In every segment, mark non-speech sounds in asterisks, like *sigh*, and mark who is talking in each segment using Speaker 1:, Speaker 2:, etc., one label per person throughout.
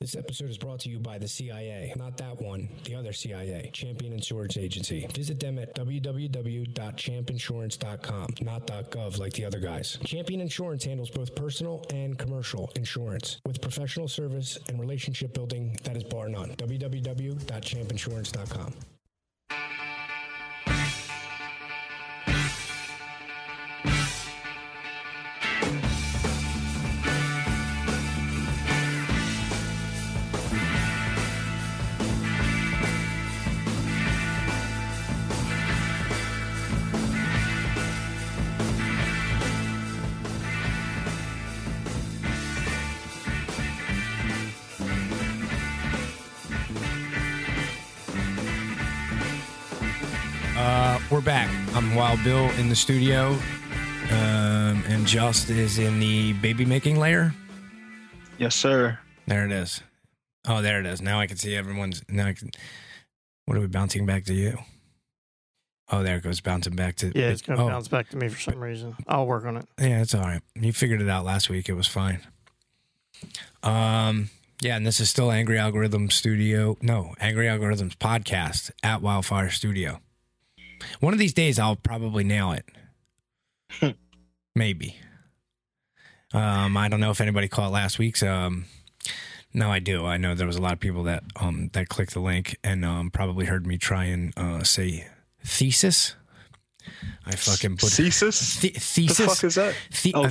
Speaker 1: This episode is brought to you by the CIA, not that one, the other CIA, Champion Insurance Agency. Visit them at www.champinsurance.com, not .gov like the other guys. Champion Insurance handles both personal and commercial insurance with professional service and relationship building that is bar none. www.champinsurance.com.
Speaker 2: Uh, We're back. I'm Wild Bill in the studio, um, and Just is in the baby making layer.
Speaker 3: Yes, sir.
Speaker 2: There it is. Oh, there it is. Now I can see everyone's. Now I can. What are we bouncing back to you? Oh, there it goes bouncing back to.
Speaker 4: Yeah, it's gonna
Speaker 2: oh,
Speaker 4: bounce back to me for some reason. I'll work on it.
Speaker 2: Yeah, it's all right. You figured it out last week. It was fine. Um. Yeah, and this is still Angry Algorithm Studio. No, Angry Algorithms podcast at Wildfire Studio. One of these days, I'll probably nail it. Maybe. Um, I don't know if anybody caught last week's. Um, no, I do. I know there was a lot of people that um that clicked the link and um probably heard me try and uh, say thesis. I fucking butchered
Speaker 3: Thesis?
Speaker 2: Th- thesis.
Speaker 3: The fuck is that?
Speaker 2: The-
Speaker 3: Oh,
Speaker 2: a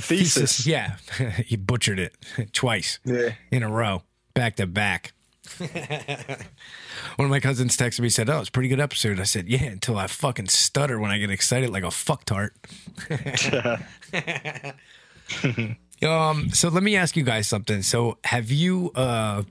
Speaker 2: *laughs*
Speaker 3: thesis.
Speaker 2: Yeah, he butchered it *laughs* twice
Speaker 3: Yeah.
Speaker 2: in a row, back to
Speaker 3: *laughs*
Speaker 2: back. One of my cousins texted me said, "Oh, it's a pretty good episode." I said, "Yeah," until I fucking stutter when I get excited like a
Speaker 3: *laughs*
Speaker 2: fucktart. *laughs* um, so let me ask you guys something. So have you uh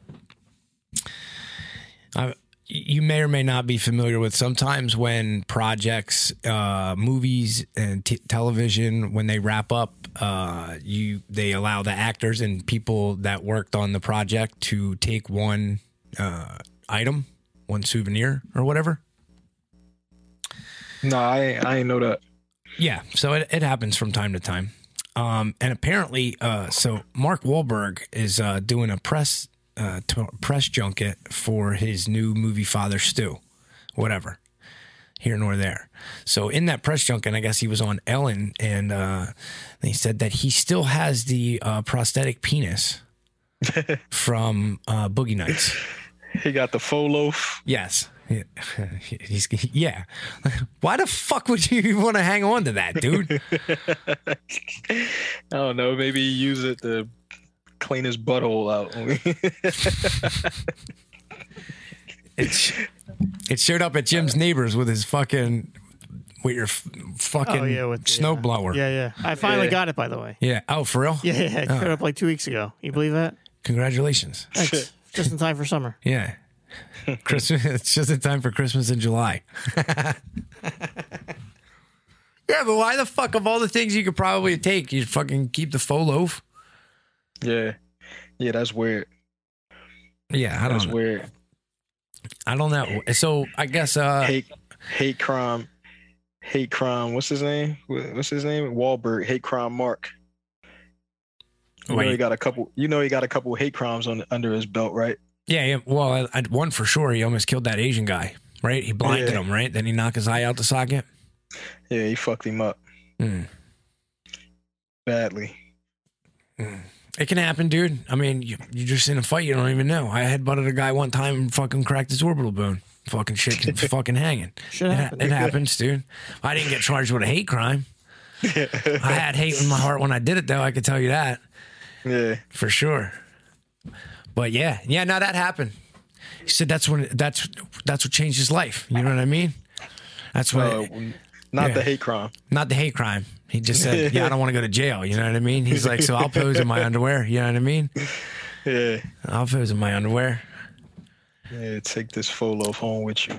Speaker 2: I, you may or may not be familiar with sometimes when projects, uh, movies, and t- television, when they wrap up, uh, you they allow the actors and people that worked on the project to take one uh, item, one souvenir or whatever.
Speaker 3: No, I ain't, I ain't know that.
Speaker 2: Yeah, so it, it happens from time to time. Um, and apparently, uh, so Mark Wahlberg is uh, doing a press uh, t- press junket for his new movie Father Stew, whatever, here nor there. So in that press junket, I guess he was on Ellen, and uh, he said that he still has the uh, prosthetic penis from uh, Boogie Nights.
Speaker 3: He got the faux loaf.
Speaker 2: Yes. *laughs* He's, yeah. *laughs* Why the fuck would you want to hang on to that, dude?
Speaker 3: I don't know. Maybe he used it to clean his butthole out. *laughs*
Speaker 2: It, sh- it showed up at Jim's neighbors with his fucking with your f- fucking
Speaker 4: Oh yeah, with the,
Speaker 2: snow
Speaker 4: uh,
Speaker 2: blower.
Speaker 4: Yeah, yeah. I finally
Speaker 3: Yeah.
Speaker 4: got it by the
Speaker 2: *laughs*
Speaker 4: way.
Speaker 2: Yeah. Oh, for real?
Speaker 4: Yeah, yeah. It showed up like two weeks ago. You
Speaker 2: *laughs*
Speaker 4: believe that?
Speaker 2: Congratulations.
Speaker 4: Thanks. Just in time for summer. *laughs*
Speaker 2: Yeah. Christmas. It's just in time for Christmas in July. *laughs* yeah, but why the fuck of all the things you could probably take, you fucking keep the faux loaf?
Speaker 3: yeah. Yeah, that's weird.
Speaker 2: Yeah, I
Speaker 3: That's
Speaker 2: don't. know.
Speaker 3: weird.
Speaker 2: I don't know. So I guess. uh
Speaker 3: Hate, hate crime. Hate crime. What's his name? Wh- What's his name? Wahlberg. Hate crime. Mark. You know he
Speaker 2: wait.
Speaker 3: got a couple. You know he got a couple hate crimes on under his belt, right?
Speaker 2: Yeah, yeah. Well, I, I, one for sure. He almost killed that Asian guy, right? He blinded
Speaker 3: Yeah.
Speaker 2: him, right? Then he knocked his eye out the socket.
Speaker 3: Yeah, he fucked him up
Speaker 2: Hmm.
Speaker 3: badly.
Speaker 2: It can happen, dude. I mean, you, you're just in a fight. You don't even know. I headbutted a guy one time and fucking cracked his orbital bone. Fucking
Speaker 4: *laughs*
Speaker 2: shit, fucking hanging.
Speaker 4: Shit
Speaker 2: It, ha-
Speaker 4: happened.
Speaker 2: it happens, dude. I didn't get charged with a hate
Speaker 4: *laughs*
Speaker 2: crime. I had hate in my heart when I did it, though. I could tell you that
Speaker 3: Yeah.
Speaker 2: for sure. But yeah, yeah, no, that happened. He said that's when that's that's what changed his life. You know what I mean? That's what. *laughs*
Speaker 3: Uh, not
Speaker 2: Yeah.
Speaker 3: the hate crime.
Speaker 2: not the hate crime. He just said,
Speaker 4: *laughs*
Speaker 2: "Yeah, I don't want to go to jail." You know what I mean? He's like, "So I'll pose in my underwear." You know what I mean?
Speaker 3: Yeah.
Speaker 2: I'll pose in my underwear.
Speaker 3: Yeah, take this full loaf home with you.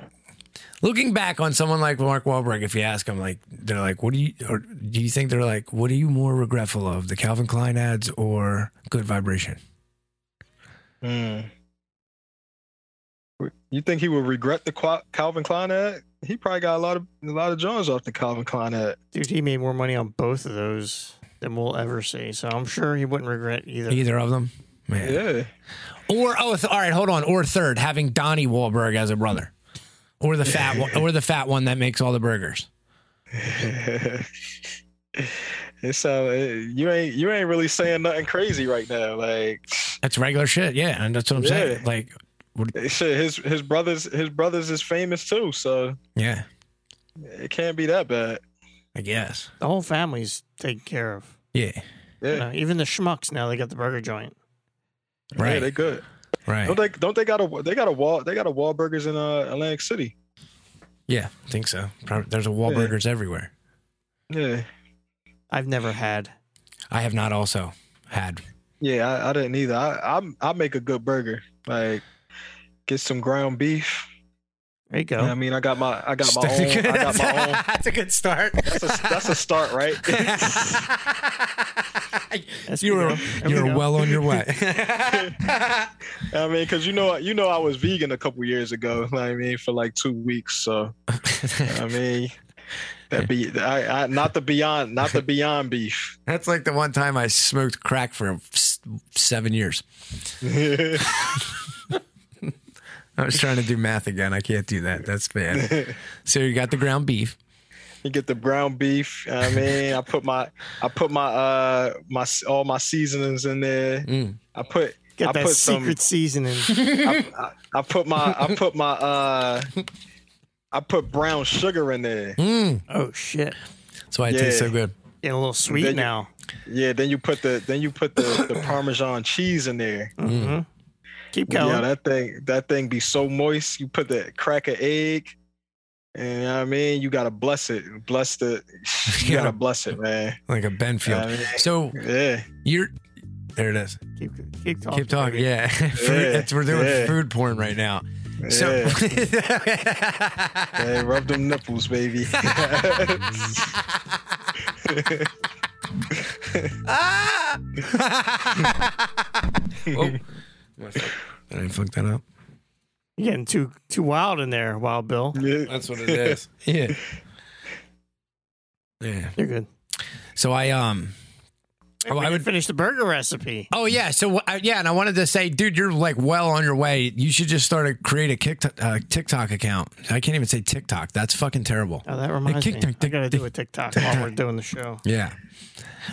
Speaker 2: looking back on someone like Mark Wahlberg, if you ask them, like they're like, "What do you?" Or do you think they're like, "What are you more regretful of, the Calvin Klein ads or Good Vibration?"
Speaker 3: Mm. You think he would regret the Qua- Calvin Klein ad? He probably got a lot of a lot of Johns off the Calvin Klein ad.
Speaker 4: Dude, he made more money on both of those than we'll ever see. So I'm sure he wouldn't regret either.
Speaker 2: Either of them. Man.
Speaker 3: Yeah. *laughs*
Speaker 2: Or oh, th- all right, hold on. Or third, having Donnie Wahlberg as a brother, or the fat one, or the fat one that makes all the burgers.
Speaker 3: it's uh, you ain't you ain't really saying nothing crazy right now. Like
Speaker 2: That's regular shit. Yeah, and that's what I'm saying.
Speaker 3: Yeah.
Speaker 2: Like,
Speaker 3: shit, his his brothers his brothers is famous too, so
Speaker 2: yeah,
Speaker 3: it can't be that bad.
Speaker 2: I guess.
Speaker 4: The whole family's taken care of.
Speaker 2: Yeah,
Speaker 3: Yeah,
Speaker 4: You know, even the schmucks now they got the burger joint.
Speaker 3: yeah,
Speaker 2: right,
Speaker 3: they good.
Speaker 2: right.
Speaker 3: Don't they don't they got a they got a wall they got a Wahlburgers in uh, Atlantic City.
Speaker 2: Yeah, I think so. Probably, there's a Wahlburgers everywhere.
Speaker 3: Yeah,
Speaker 4: I've never had.
Speaker 2: I have not also had.
Speaker 3: yeah, I, I didn't either. I I'm, I make a good burger. Like get some ground beef.
Speaker 4: There you go.
Speaker 3: You know what I mean, I got my I got my
Speaker 2: That's a
Speaker 3: own.
Speaker 2: good-
Speaker 3: I got my
Speaker 4: *laughs*
Speaker 3: own.
Speaker 2: *laughs* that's a good start.
Speaker 3: That's a, that's a start, right? *laughs*
Speaker 4: That's
Speaker 2: you were
Speaker 4: pretty good.
Speaker 2: you
Speaker 4: There we
Speaker 2: were
Speaker 4: go.
Speaker 2: well on your
Speaker 4: *laughs*
Speaker 2: way. *laughs*
Speaker 3: I mean, because you know, you know, I was vegan a couple years ago. you know what I mean, for like two weeks. So I mean, that be I, I not the beyond, not the beyond beef. *laughs*
Speaker 2: That's like the one time I smoked crack for s- seven years.
Speaker 3: yeah,
Speaker 2: I was trying to do math again. I can't do that. That's
Speaker 3: *laughs*
Speaker 2: bad. So you got the ground beef.
Speaker 3: you get the ground beef. you know what I mean, I put my, I put my, uh, my all my seasonings in there. I put,
Speaker 4: Got
Speaker 3: I
Speaker 4: Mm. that
Speaker 3: put
Speaker 4: secret seasoning.
Speaker 2: *laughs*
Speaker 3: some, I put my, I put my, uh, I put brown sugar in there.
Speaker 4: oh shit!
Speaker 2: That's why it
Speaker 3: Yeah.
Speaker 2: tastes so good.
Speaker 4: Getting a little
Speaker 3: Then
Speaker 4: sweet
Speaker 3: you-
Speaker 4: now.
Speaker 3: Yeah, then you put the, then you put the, the Parmesan cheese in there.
Speaker 2: Mm.
Speaker 4: Mm-hmm. Keep
Speaker 3: Yeah,
Speaker 4: going.
Speaker 3: that thing that thing be so moist. You put that crack of egg, and you know what I mean you gotta bless it, bless the, you
Speaker 2: Yeah.
Speaker 3: gotta bless it, man.
Speaker 2: Like a Benfield.
Speaker 3: Yeah, man.
Speaker 2: So
Speaker 3: Yeah,
Speaker 2: you're there it is.
Speaker 4: keep, keep talking.
Speaker 2: Keep talking.
Speaker 4: baby.
Speaker 2: Yeah. *laughs* Food,
Speaker 3: Yeah.
Speaker 2: That's we're doing
Speaker 3: Yeah.
Speaker 2: food porn right now. So
Speaker 3: yeah.
Speaker 2: *laughs*
Speaker 3: Hey, rub them nipples, baby. *laughs*
Speaker 2: Ah! oh. Did I fuck that up?
Speaker 4: You're getting too too wild in there, Wild Bill.
Speaker 3: yeah.
Speaker 2: That's what it is. *laughs* yeah. Yeah.
Speaker 4: You're good.
Speaker 2: So I um Oh, I
Speaker 4: I
Speaker 2: would-
Speaker 4: would finish the burger recipe.
Speaker 2: Oh yeah, so I, yeah, and I wanted to say, dude, you're like well on your way. You should just start a create a kick, uh, TikTok account. I can't even say TikTok. That's fucking terrible.
Speaker 4: Oh, that reminds me.
Speaker 2: TikTok,
Speaker 4: I gotta do
Speaker 2: tick-
Speaker 4: a TikTok while we're doing the show.
Speaker 2: Yeah.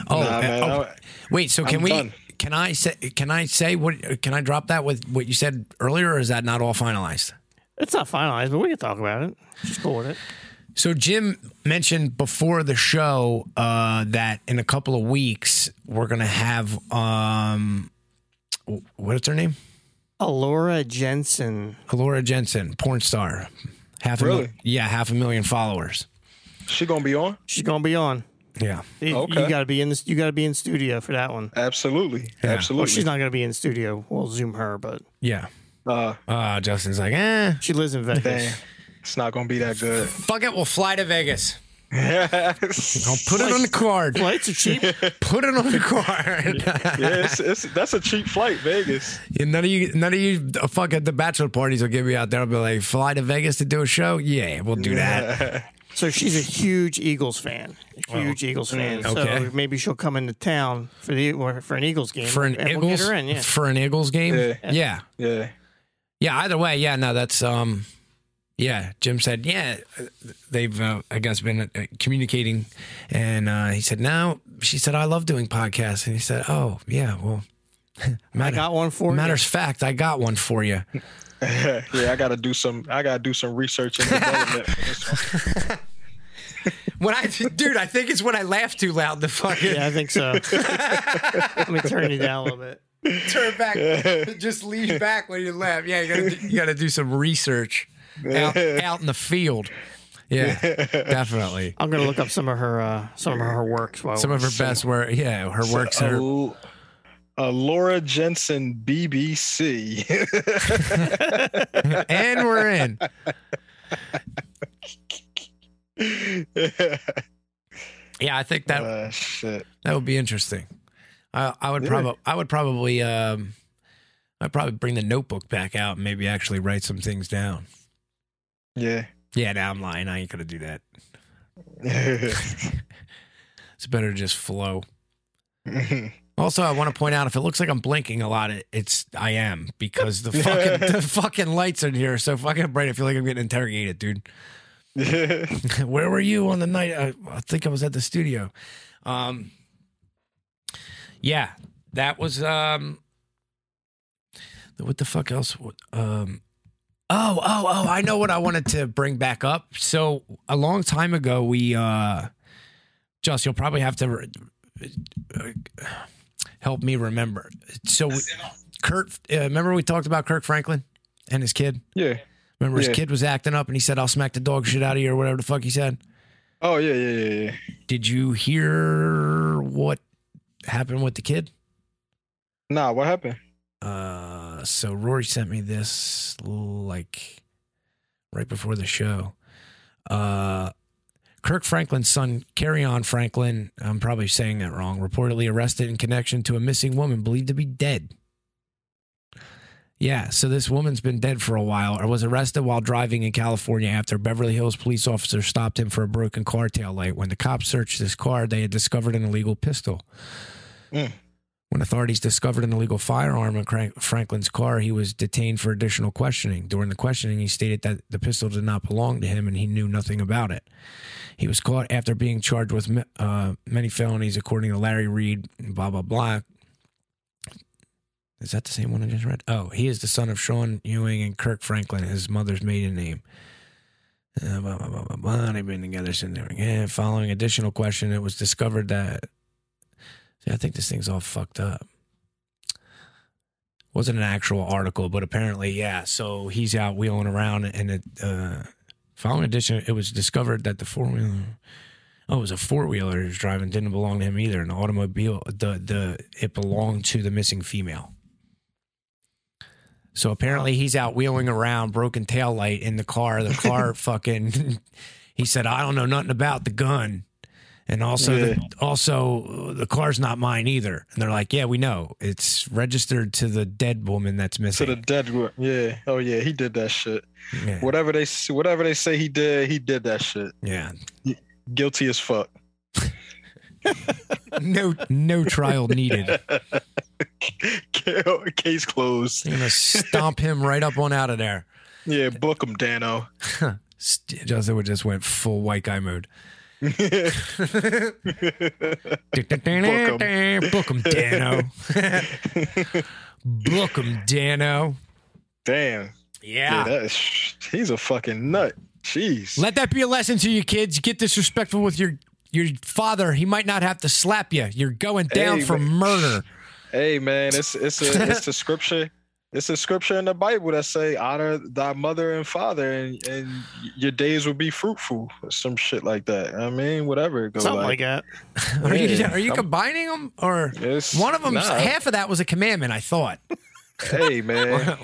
Speaker 2: Oh,
Speaker 3: Nah, man,
Speaker 2: oh,
Speaker 3: I-
Speaker 2: wait. So can
Speaker 3: I'm
Speaker 2: we?
Speaker 3: done.
Speaker 2: Can I say? Can I say what? Can I drop that with what you said earlier, or is that not all finalized?
Speaker 4: It's not finalized, but we can talk about it. Just cool with it.
Speaker 2: So Jim mentioned before the show uh, that in a couple of weeks we're gonna have um, w- what's her name?
Speaker 4: Alora Jensen.
Speaker 2: Laura Jensen, porn star, half a mil-
Speaker 3: Really?
Speaker 2: yeah, half a million followers.
Speaker 3: She gonna be on?
Speaker 4: She's gonna be on.
Speaker 2: Yeah,
Speaker 4: You,
Speaker 3: Okay.
Speaker 4: you gotta be in this. You gotta be in studio for that one.
Speaker 3: Absolutely,
Speaker 2: Yeah.
Speaker 4: Well,
Speaker 3: absolutely.
Speaker 4: she's not gonna be in studio. We'll zoom her, but
Speaker 2: yeah.
Speaker 3: uh,
Speaker 2: Uh, Justin's like, eh,
Speaker 4: she lives in Vegas.
Speaker 3: damn, it's not gonna be that good.
Speaker 2: fuck it, we'll fly to Vegas. *laughs* I'll put it on the card.
Speaker 4: Flights are cheap.
Speaker 2: Put it on the *laughs* card.
Speaker 3: yeah, it's, it's, that's a cheap flight, Vegas.
Speaker 2: Yeah, none of you, none of you, uh, fuck at the bachelor parties will get me out there. I'll be like, fly to Vegas to do a show. Yeah, we'll do that.
Speaker 4: so she's a huge Eagles fan. A huge Eagles fan.
Speaker 2: okay.
Speaker 4: So maybe she'll come into town for the or for an Eagles game.
Speaker 2: For an
Speaker 4: and
Speaker 2: Eagles,
Speaker 4: we'll get her in. Yeah.
Speaker 2: for an Eagles game.
Speaker 3: Yeah.
Speaker 2: yeah,
Speaker 3: *laughs* Yeah,
Speaker 2: Yeah, either way, yeah, no, that's um, yeah. Jim said, yeah, they've uh, I guess been uh, communicating, and uh, he said, now she said, I love doing podcasts, and he said, oh yeah, well, *laughs*
Speaker 4: I
Speaker 2: matter,
Speaker 4: got one for you.
Speaker 2: matters fact, I got one for
Speaker 4: *laughs*
Speaker 2: you.
Speaker 3: yeah. I gotta do some. I gotta do some research and development. for this one.
Speaker 2: When I, dude, I think it's when I laugh too loud to fucking
Speaker 4: Yeah, I think so. Let me turn you down a little bit.
Speaker 2: turn back, just lean back when you laugh. Yeah, you gotta do, you gotta do some research out out in the field. Yeah, definitely.
Speaker 4: I'm gonna look up some of her uh, some of her works. While
Speaker 2: Some of her best *laughs* work, yeah, her works.
Speaker 3: A
Speaker 2: Her,
Speaker 3: L- a Uh, Laura Jensen *laughs* BBC.
Speaker 2: *laughs* and we're in. Yeah, I think that
Speaker 3: Uh, shit.
Speaker 2: that would be interesting. I, I would
Speaker 3: Yeah.
Speaker 2: probably I would probably um, I'd probably bring the notebook back out and maybe actually write some things down.
Speaker 3: Yeah. *laughs*
Speaker 2: Yeah, now I'm lying. I ain't gonna do that.
Speaker 3: yeah.
Speaker 2: It's better to just flow. Also, I want to point out if it looks like I'm blinking a lot, it, it's I am because the fucking the fucking lights in here are so fucking bright. I feel like I'm getting interrogated, dude. *laughs* Where were you on the night? I, I think I was at the studio. Um, yeah, that was um. What the fuck else? would- Um, oh, oh, oh! I know what I wanted to bring back up. So a long time ago, we uh, Just you'll probably have to re- uh, help me remember. So we, Kurt, uh, remember we talked about Kirk Franklin and his kid.
Speaker 3: yeah.
Speaker 2: Remember his
Speaker 3: Yeah.
Speaker 2: kid was acting up, and he said, "I'll smack the dog shit out of you," or whatever the fuck he said.
Speaker 3: Oh yeah, yeah, yeah, yeah.
Speaker 2: Did you hear what happened with the kid?
Speaker 3: Nah, what happened?
Speaker 2: Uh, so Rory sent me this like right before the show. Uh, Kirk Franklin's son, Carry On Franklin, I'm probably saying that wrong, reportedly arrested in connection to a missing woman believed to be dead. Yeah, so this woman's been dead for a while or was arrested while driving in California after Beverly Hills police officer stopped him for a broken car tail light. When the cops searched his car, they had discovered an illegal pistol.
Speaker 3: Mm.
Speaker 2: When authorities discovered an illegal firearm in Crank- Franklin's car, he was detained for additional questioning. During the questioning, he stated that the pistol did not belong to him and he knew nothing about it. He was caught after being charged with ma- uh, many felonies, according to Larry Reed, blah, blah, blah. Is that the same one I just read? Oh, he is the son of Sean Ewing and Kirk Franklin, his mother's maiden name. Uh, blah, blah, blah, blah, blah. They've been together since they were yeah. Following additional question, it was discovered that. See, I think this thing's all fucked up. Wasn't an actual article, but apparently, yeah. So he's out wheeling around, and it, uh, following addition, it was discovered that the four wheeler. Oh, it was a four wheeler he was driving. Didn't belong to him either. An automobile. The the it belonged to the missing female. So apparently he's out wheeling around, broken tail light in the car. The car fucking. He said, "I don't know nothing about the gun," and also, the, also uh, the car's not mine either. And they're like, "Yeah, we know. It's registered to the dead woman that's
Speaker 3: To
Speaker 2: missing."
Speaker 3: the dead. wo- Yeah. Oh yeah, he did that shit.
Speaker 2: yeah.
Speaker 3: Whatever they s- whatever they say he did, he did that shit.
Speaker 2: yeah,
Speaker 3: Guilty as fuck.
Speaker 2: no, no trial
Speaker 3: *laughs*
Speaker 2: needed.
Speaker 3: Case closed.
Speaker 2: They're gonna stomp him right up on out of there.
Speaker 3: Yeah, book him, Dano. *laughs*
Speaker 2: St- Just it just went full white guy mode. Book
Speaker 3: 'em.
Speaker 2: him,
Speaker 3: *laughs*
Speaker 2: Dano. Book him, Dano.
Speaker 3: Damn. Yeah,
Speaker 2: Yeah.
Speaker 3: that's he's a fucking nut. Jeez.
Speaker 2: Let that be a lesson to you kids. Get disrespectful with your your father. He might not have to slap you. You're going down
Speaker 3: Hey,
Speaker 2: for
Speaker 3: man.
Speaker 2: murder.
Speaker 3: hey man, it's it's a
Speaker 2: *laughs*
Speaker 3: it's a scripture. It's a scripture in the Bible that say honor thy mother and father, and, and your days will be fruitful. Or some shit like that. I mean, whatever it goes
Speaker 4: Something like that.
Speaker 2: Are you *laughs*
Speaker 3: Yeah.
Speaker 2: are you
Speaker 3: I'm-
Speaker 2: combining them or
Speaker 3: Yes.
Speaker 2: one of them?
Speaker 3: Nah.
Speaker 2: Half of that was a commandment. I thought.
Speaker 3: *laughs*
Speaker 2: *laughs*
Speaker 3: hey man,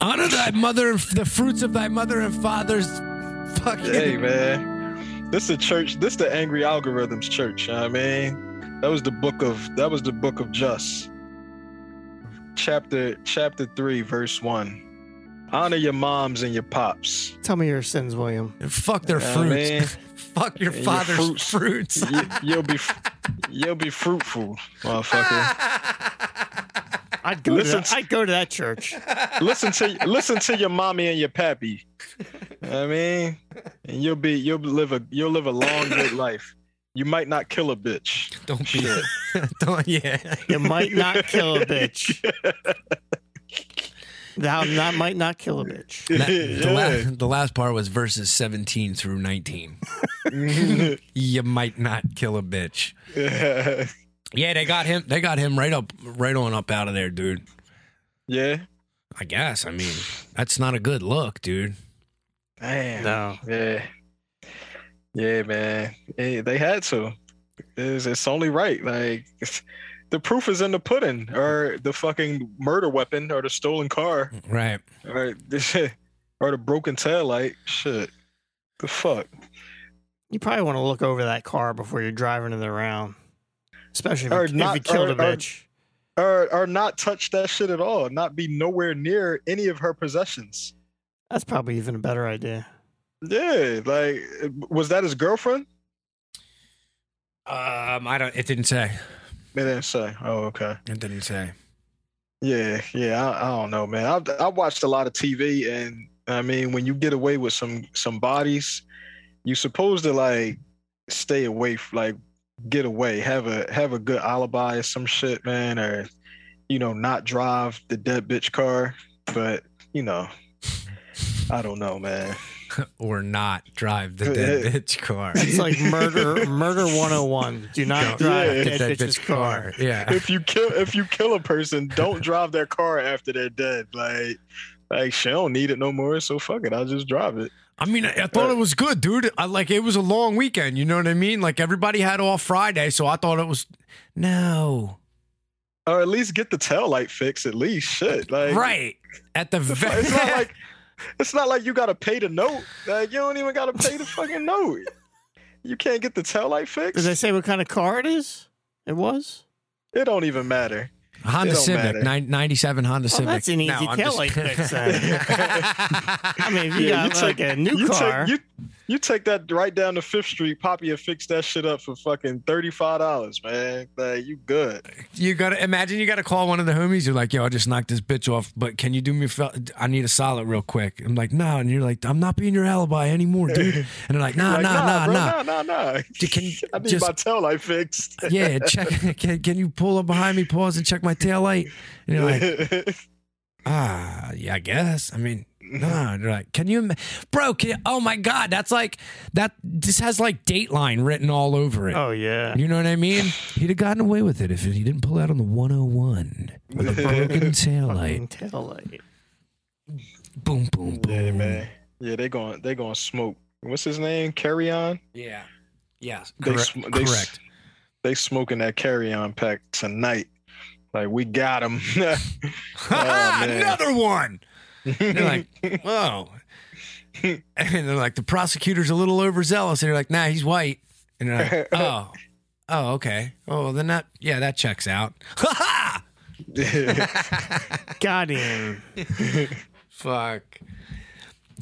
Speaker 2: Honor thy mother and f- the fruits of thy mother and father's fucking.
Speaker 3: hey man, this is church. This the angry algorithms church. I mean, that was the book of that was the book of just chapter chapter three verse one. Honor your moms and your pops.
Speaker 4: Tell me your sins, William.
Speaker 2: Fuck their
Speaker 3: Yeah,
Speaker 2: fruits.
Speaker 3: man.
Speaker 2: *laughs* Fuck your
Speaker 3: your
Speaker 2: father's
Speaker 3: fruits.
Speaker 2: fruits.
Speaker 3: you, you'll be you'll be fruitful, motherfucker.
Speaker 4: I'd go, to
Speaker 3: Listen
Speaker 4: that,
Speaker 3: to-
Speaker 4: I'd go to that church.
Speaker 3: listen to listen to your mommy and your pappy. I mean, and you'll be you'll live a you'll live a long good life. You might not kill a bitch.
Speaker 2: *laughs* Don't be.
Speaker 3: Shit.
Speaker 2: *laughs* Don't.
Speaker 3: *laughs*
Speaker 2: Yeah.
Speaker 4: You might not kill a bitch. Thou not, might not kill a bitch.
Speaker 2: That- the,
Speaker 3: *laughs* Yeah.
Speaker 2: la- the last part was verses 17 through 19. you might not kill a bitch.
Speaker 3: *laughs*
Speaker 2: Yeah, they got him. They got him right up, right on up out of there, dude.
Speaker 3: yeah.
Speaker 2: I guess. I mean, that's not a good look, dude.
Speaker 3: Damn.
Speaker 4: No.
Speaker 3: Yeah. Yeah, man. Hey, they had to. It's, it's only right. Like *laughs* it's- the proof is in the pudding, or the fucking murder weapon, or the stolen car.
Speaker 2: Right.
Speaker 3: Or this or the broken tail light. Shit. The fuck?
Speaker 4: You probably want to look over that car before you're driving it around. Especially if,
Speaker 3: Or
Speaker 4: you,
Speaker 3: not-
Speaker 4: if you killed
Speaker 3: or-
Speaker 4: a
Speaker 3: or-
Speaker 4: bitch.
Speaker 3: Or or not touch that shit at all. Not be nowhere near any of her possessions.
Speaker 4: That's probably even a better idea.
Speaker 3: Yeah, like was that his girlfriend?
Speaker 2: Um, I don't. It didn't say.
Speaker 3: They didn't say. Oh, okay.
Speaker 2: It didn't say.
Speaker 3: Yeah, yeah. I, I don't know, man. I I watched a lot of TV, and I mean, when you get away with some some bodies, you supposed to like stay away, f- like get away, have a have a good alibi or some shit, man, or you know, not drive the dead bitch car. But you know, I don't know, man.
Speaker 2: Or not drive the dead
Speaker 3: *laughs*
Speaker 2: bitch car. *laughs*
Speaker 4: It's like murder, murder 101. Do not
Speaker 2: Don't
Speaker 4: drive
Speaker 3: Yeah.
Speaker 4: a dead bitch's car.
Speaker 2: Yeah.
Speaker 3: *laughs* if you kill if you kill a person, don't drive their car after they're dead. Like like she don't need it no more, so fuck it. I'll just drive it.
Speaker 2: I mean, I I thought it was good, dude. I like it was a long weekend. You know what I mean? Like everybody had off Friday, so I thought it was no
Speaker 3: Or at least get the tail light fixed, at least. Shit. Like
Speaker 2: right at the
Speaker 3: It's
Speaker 2: ve-
Speaker 3: not,
Speaker 2: *laughs*
Speaker 3: it's not like it's not like you gotta pay the note. Like you don't even gotta pay the fucking note. You can't get the tail light
Speaker 4: Did
Speaker 3: fixed.
Speaker 4: they say what kind of car it is? It was?
Speaker 3: It don't even matter.
Speaker 2: Honda
Speaker 3: It don't
Speaker 2: Civic
Speaker 3: matter.
Speaker 2: nine- '97 Honda
Speaker 4: Oh,
Speaker 2: Civic.
Speaker 4: that's an easy
Speaker 2: I'm
Speaker 4: tail light
Speaker 2: *laughs*
Speaker 4: fix then. *laughs* I mean, if you
Speaker 3: *laughs* Yeah,
Speaker 4: got
Speaker 3: you
Speaker 4: like
Speaker 3: take-
Speaker 4: a new
Speaker 3: you
Speaker 4: car,
Speaker 3: take you you take that right down to Fifth Street, Poppy, and fix that shit up for fucking thirty five dollars, man. Like you good.
Speaker 2: you gotta imagine you gotta call one of the homies. You're like, yo, I just knocked this bitch off, but can you do me? a fel- I need a solid real quick. I'm like, no, and you're like, I'm not being your alibi anymore, dude. And they're like, nah,
Speaker 3: Like,
Speaker 2: nah, nah,
Speaker 3: bro,
Speaker 2: nah.
Speaker 3: nah, nah, nah.
Speaker 2: You can
Speaker 3: *laughs* I need
Speaker 2: just-
Speaker 3: my tail light fixed.
Speaker 2: Yeah, check. Can, can you pull up behind me, pause, and check my tail light? And *laughs* you're
Speaker 3: *laughs*
Speaker 2: like, ah, yeah, I guess. I mean, no. They're like, can you, im- bro? Can, oh my god, that's like that. This has like Dateline written all over it.
Speaker 4: oh yeah.
Speaker 2: You know what I mean? He'd have gotten away with it if he didn't pull out on the 101 with a broken tail light.
Speaker 4: Fucking tail light.
Speaker 2: Boom, boom, boom.
Speaker 3: yeah, man. Yeah, they going they going smoke. What's his name? Carry on.
Speaker 2: Yeah. Yes.
Speaker 3: They
Speaker 2: correct.
Speaker 3: sm- they s-
Speaker 2: correct.
Speaker 3: They smoking that carry on pack tonight. Like we got him.
Speaker 2: *laughs* Ha,
Speaker 3: oh, man.
Speaker 2: Another one. *laughs* They're like, whoa. And they're like, the prosecutor's a little overzealous. And you're like, nah, he's white. And they're
Speaker 3: *laughs*
Speaker 2: like, oh, oh, okay. Oh, well, then that, yeah, that checks out. *laughs* Ha ha!
Speaker 4: Got him.
Speaker 2: Fuck.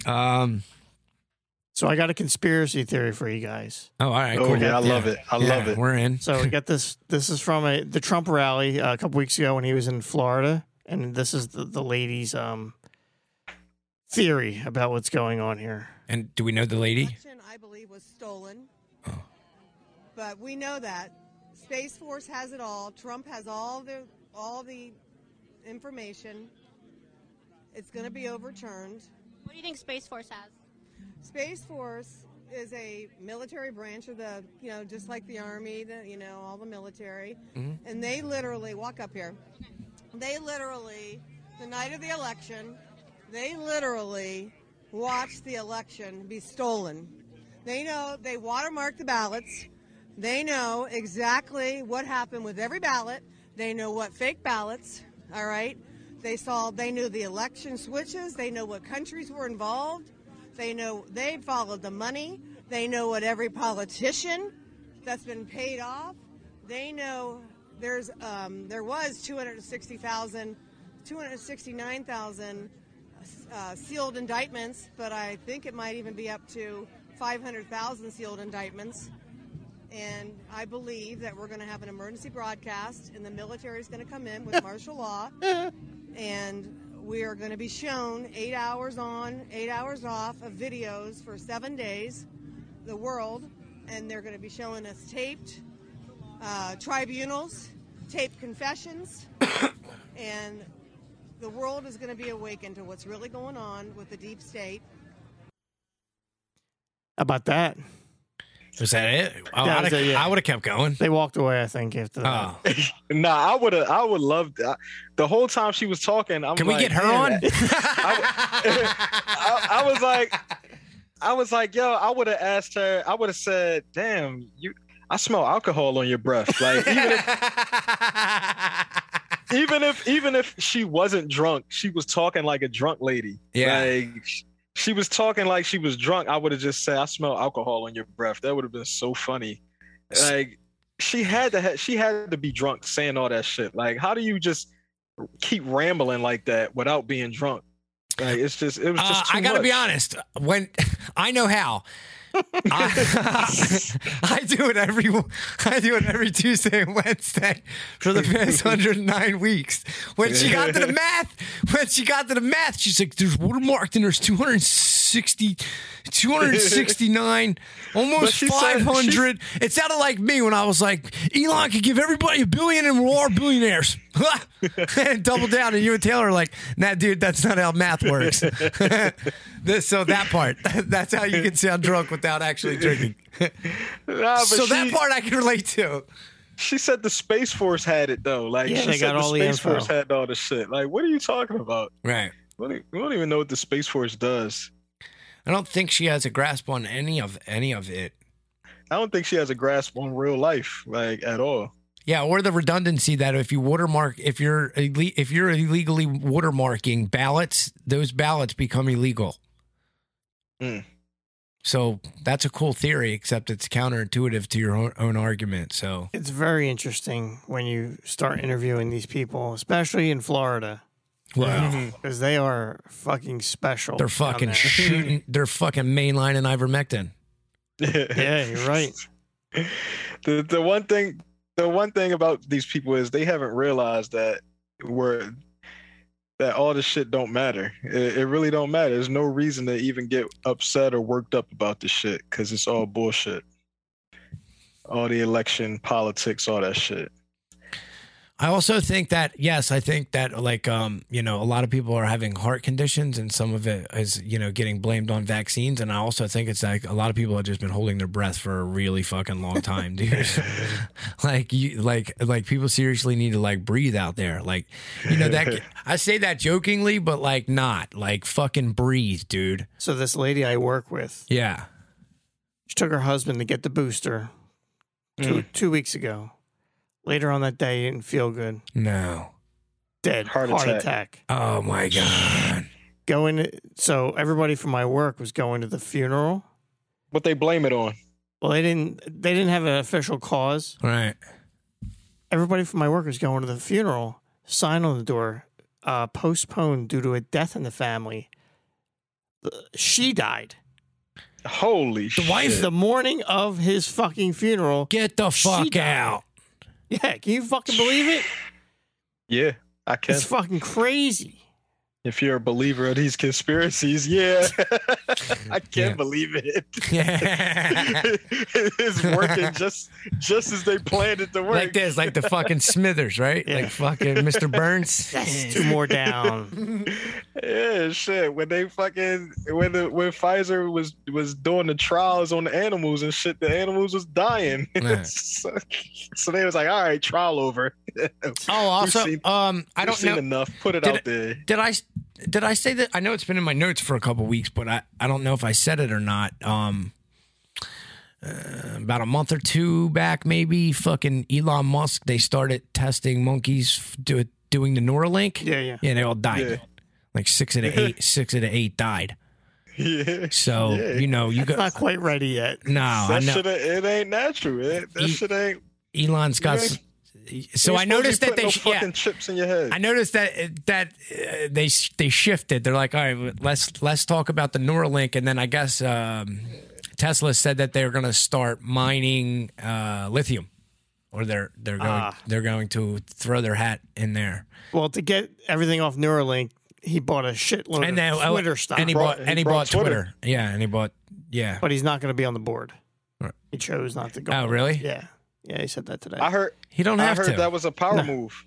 Speaker 2: Um.
Speaker 4: So I got a conspiracy theory for you guys.
Speaker 2: Oh, all right.
Speaker 3: Oh,
Speaker 2: Cool.
Speaker 3: yeah, I love it. I
Speaker 2: Yeah,
Speaker 3: love it.
Speaker 2: We're in.
Speaker 4: So we got this. This is from a the Trump rally uh, a couple weeks ago when he was in Florida, and this is the, the lady's um theory about what's going on here.
Speaker 2: And do we know the lady?
Speaker 5: election, I believe, was stolen. But we know that Space Force has it all. Trump has all the all the information. It's going to be overturned.
Speaker 6: What do you think Space Force has?
Speaker 5: Space Force is a military branch of the, you know, just like the Army, the, you know, all the military. And they literally, walk up here, they literally, the night of the election, they literally watched the election be stolen. They know, they watermark the ballots. They know exactly what happened with every ballot. They know what fake ballots, all right? They saw, they knew the election switches. They know what countries were involved. They know, they followed the money. They know what every politician that's been paid off. They know there's, um, there was 260,000, 269,000 uh, sealed indictments, but I think it might even be up to 500,000 sealed indictments. And I believe that we're going to have an emergency broadcast, and the military is going to come in with martial law, and we are going to be shown eight hours on, eight hours off of videos for seven days, the world, and they're going to be showing us taped uh, tribunals, taped confessions, *coughs* and the world is going to be awakened to what's really going on with the deep state.
Speaker 4: How about that?
Speaker 2: Was that it? Oh,
Speaker 4: That
Speaker 2: I'd
Speaker 4: was
Speaker 2: have-
Speaker 4: it, yeah.
Speaker 2: I would have kept going.
Speaker 4: They walked away. I think after that.
Speaker 3: *laughs*
Speaker 2: Oh.
Speaker 3: *laughs* nah, I would have. I would love that. The whole time she was talking, I'm
Speaker 2: Can
Speaker 3: like,
Speaker 2: we get her
Speaker 3: "Damn, *laughs*
Speaker 2: on?
Speaker 3: I, I was
Speaker 2: *laughs*
Speaker 3: like, I was like, yo, I would have asked her. I would have said, damn, you. I smell alcohol on your breath. Like even if, even if even if she wasn't drunk, she was talking like a drunk lady.
Speaker 2: Yeah.
Speaker 3: Like sh- she was talking like she was drunk. I would have just said, I smell alcohol on your breath. That would have been so funny.
Speaker 2: S-
Speaker 3: Like she had to ha- she had to be drunk saying all that shit. Like how do you just keep rambling like that without being drunk? Like it's just *laughs* it was
Speaker 2: Uh,
Speaker 3: just
Speaker 2: *laughs*
Speaker 3: too
Speaker 2: I gotta
Speaker 3: much.
Speaker 2: be honest. When I know how, I, *laughs* I do it every I do it every Tuesday and Wednesday for the past 109 weeks. When she got
Speaker 3: *laughs*
Speaker 2: to the math, when she got to the math, she's like, "There's watermarked and there's 260, 269,
Speaker 3: But
Speaker 2: almost
Speaker 3: she said-
Speaker 2: 500." It's out of like me when I was like, "Elon could give everybody a billion and we're all billionaires." *laughs* and double down, and you and Taylor are like, "Nah, dude, that's not how math works." *laughs* This- so that part, *laughs* that's how you can sound drunk without actually drinking.
Speaker 3: Nah, but
Speaker 2: so
Speaker 3: she,
Speaker 2: that part I can relate to.
Speaker 3: she said the Space Force had it though. Like
Speaker 4: Yeah,
Speaker 3: she
Speaker 4: they
Speaker 3: said
Speaker 4: got
Speaker 3: the
Speaker 4: all the
Speaker 3: Space
Speaker 4: info.
Speaker 3: Force had all the shit. Like, what are you talking about?
Speaker 2: Right.
Speaker 3: We don't, we don't even know what the Space Force does.
Speaker 2: I don't think she has a grasp on any of any of it.
Speaker 3: I don't think she has a grasp on real life, like at all.
Speaker 2: Yeah, or the redundancy that if you watermark, if you're ille- if you're illegally watermarking ballots, those ballots become illegal.
Speaker 4: Hmm.
Speaker 3: Mm.
Speaker 2: So that's a cool theory, except it's counterintuitive to your own, own argument. So
Speaker 4: It's very interesting when you start interviewing these people, especially in Florida,
Speaker 2: wow.
Speaker 4: because they are fucking special.
Speaker 2: they're
Speaker 4: down
Speaker 2: fucking
Speaker 4: there.
Speaker 2: shooting, they're fucking mainlining ivermectin.
Speaker 4: yeah, you're right.
Speaker 3: *laughs* the the one thing the one thing about these people is they haven't realized that we're that all this shit don't matter. It, it really don't matter. There's no reason to even get upset or worked up about this shit because it's all bullshit. All the election politics, all that shit.
Speaker 2: I also think that yes, I think that like um, you know, a lot of people are having heart conditions and some of it is, you know, getting blamed on vaccines and I also think it's like a lot of people have just been holding their breath for a really fucking long time,
Speaker 4: *laughs*
Speaker 2: dude. *laughs* like you like like people seriously need to like breathe out there. Like you know
Speaker 4: *laughs*
Speaker 2: that I say that jokingly but like not. Like fucking breathe, dude.
Speaker 4: So this lady I work with,
Speaker 2: Yeah.
Speaker 4: She took her husband to get the booster two, two weeks ago. Later on that day, he didn't feel good.
Speaker 2: No.
Speaker 4: Dead.
Speaker 3: Heart attack.
Speaker 2: Oh my god.
Speaker 4: Going. So everybody from my work was going to the funeral.
Speaker 3: What they blame it on?
Speaker 4: Well, they didn't. They didn't have an official cause.
Speaker 2: Right.
Speaker 4: Everybody from my work was going to the funeral. Sign on the door. Uh, postponed due to a death in the family. The- She died
Speaker 3: Holy shit!
Speaker 2: wife-
Speaker 4: the morning of his fucking funeral.
Speaker 2: Get the
Speaker 4: She
Speaker 2: fuck
Speaker 4: died.
Speaker 2: out. *laughs*
Speaker 4: Yeah, can you fucking believe it?
Speaker 3: Yeah, I can.
Speaker 4: It's fucking crazy.
Speaker 3: if you're a believer of these conspiracies, yeah, *laughs* I can't
Speaker 2: Yeah. *laughs*
Speaker 3: believe it.
Speaker 4: *laughs*
Speaker 2: Yeah.
Speaker 3: it's working just just as they planned it to work.
Speaker 2: like this, like the
Speaker 3: *laughs*
Speaker 2: fucking Smithers, right?
Speaker 4: Yeah.
Speaker 2: Like fucking Mr. Burns. *laughs*
Speaker 4: Two more down.
Speaker 3: Yeah, shit. When they fucking when the when Pfizer was was doing the trials on the animals and shit, the animals was dying. *laughs*
Speaker 2: Right.
Speaker 3: so, so they was like, all right, trial over.
Speaker 2: Oh, also,
Speaker 3: seen-
Speaker 2: um, I
Speaker 3: We've
Speaker 2: don't
Speaker 3: seen
Speaker 2: know.
Speaker 3: enough. Put it
Speaker 2: Did
Speaker 3: out
Speaker 2: it-
Speaker 3: there. *laughs*
Speaker 2: Did I did I say that? I know it's been in my notes for a couple weeks, but I I don't know if I said it or not. Um, uh, about a month or two back, maybe fucking Elon Musk. They started testing monkeys f- do, doing the Neuralink.
Speaker 4: Yeah, yeah.
Speaker 2: Yeah, they all died.
Speaker 3: Yeah.
Speaker 2: Like six out of
Speaker 3: *laughs*
Speaker 2: eight, six out of eight died.
Speaker 3: Yeah.
Speaker 2: So
Speaker 3: Yeah.
Speaker 2: you know you
Speaker 4: It's
Speaker 2: got
Speaker 4: not quite ready yet.
Speaker 2: no. Oh, I
Speaker 3: that
Speaker 2: know.
Speaker 3: shit, it ain't natural. It, that
Speaker 2: You-
Speaker 3: shit ain't.
Speaker 2: Elon's got.
Speaker 3: You
Speaker 2: s- So
Speaker 3: you're
Speaker 2: I
Speaker 3: supposed to be
Speaker 2: noticed that
Speaker 3: putting
Speaker 2: they
Speaker 3: no
Speaker 2: sh- yeah.
Speaker 3: fucking chips in your head.
Speaker 2: I noticed that that uh, they they shifted. They're like, all right, let's let's talk about the Neuralink, and then I guess um, Tesla said that they're going to start mining uh, lithium, or they're they're going
Speaker 4: Ah.
Speaker 2: they're going to throw their hat in there.
Speaker 4: Well, to get everything off Neuralink, he bought a shitload
Speaker 2: And then oh,
Speaker 4: of Twitter stock,
Speaker 2: and he
Speaker 3: Brought-
Speaker 2: bought and
Speaker 3: he
Speaker 2: he
Speaker 3: brought
Speaker 2: bought Twitter.
Speaker 3: Twitter.
Speaker 2: Yeah, and he bought yeah.
Speaker 4: but he's not going to be on the board.
Speaker 2: Right.
Speaker 4: He chose not to go.
Speaker 2: Oh,
Speaker 4: on.
Speaker 2: really?
Speaker 4: Yeah, yeah. He said that today.
Speaker 3: I heard.
Speaker 2: He don't
Speaker 3: I
Speaker 2: have
Speaker 3: heard
Speaker 2: to
Speaker 3: that was a power
Speaker 4: No.
Speaker 3: move.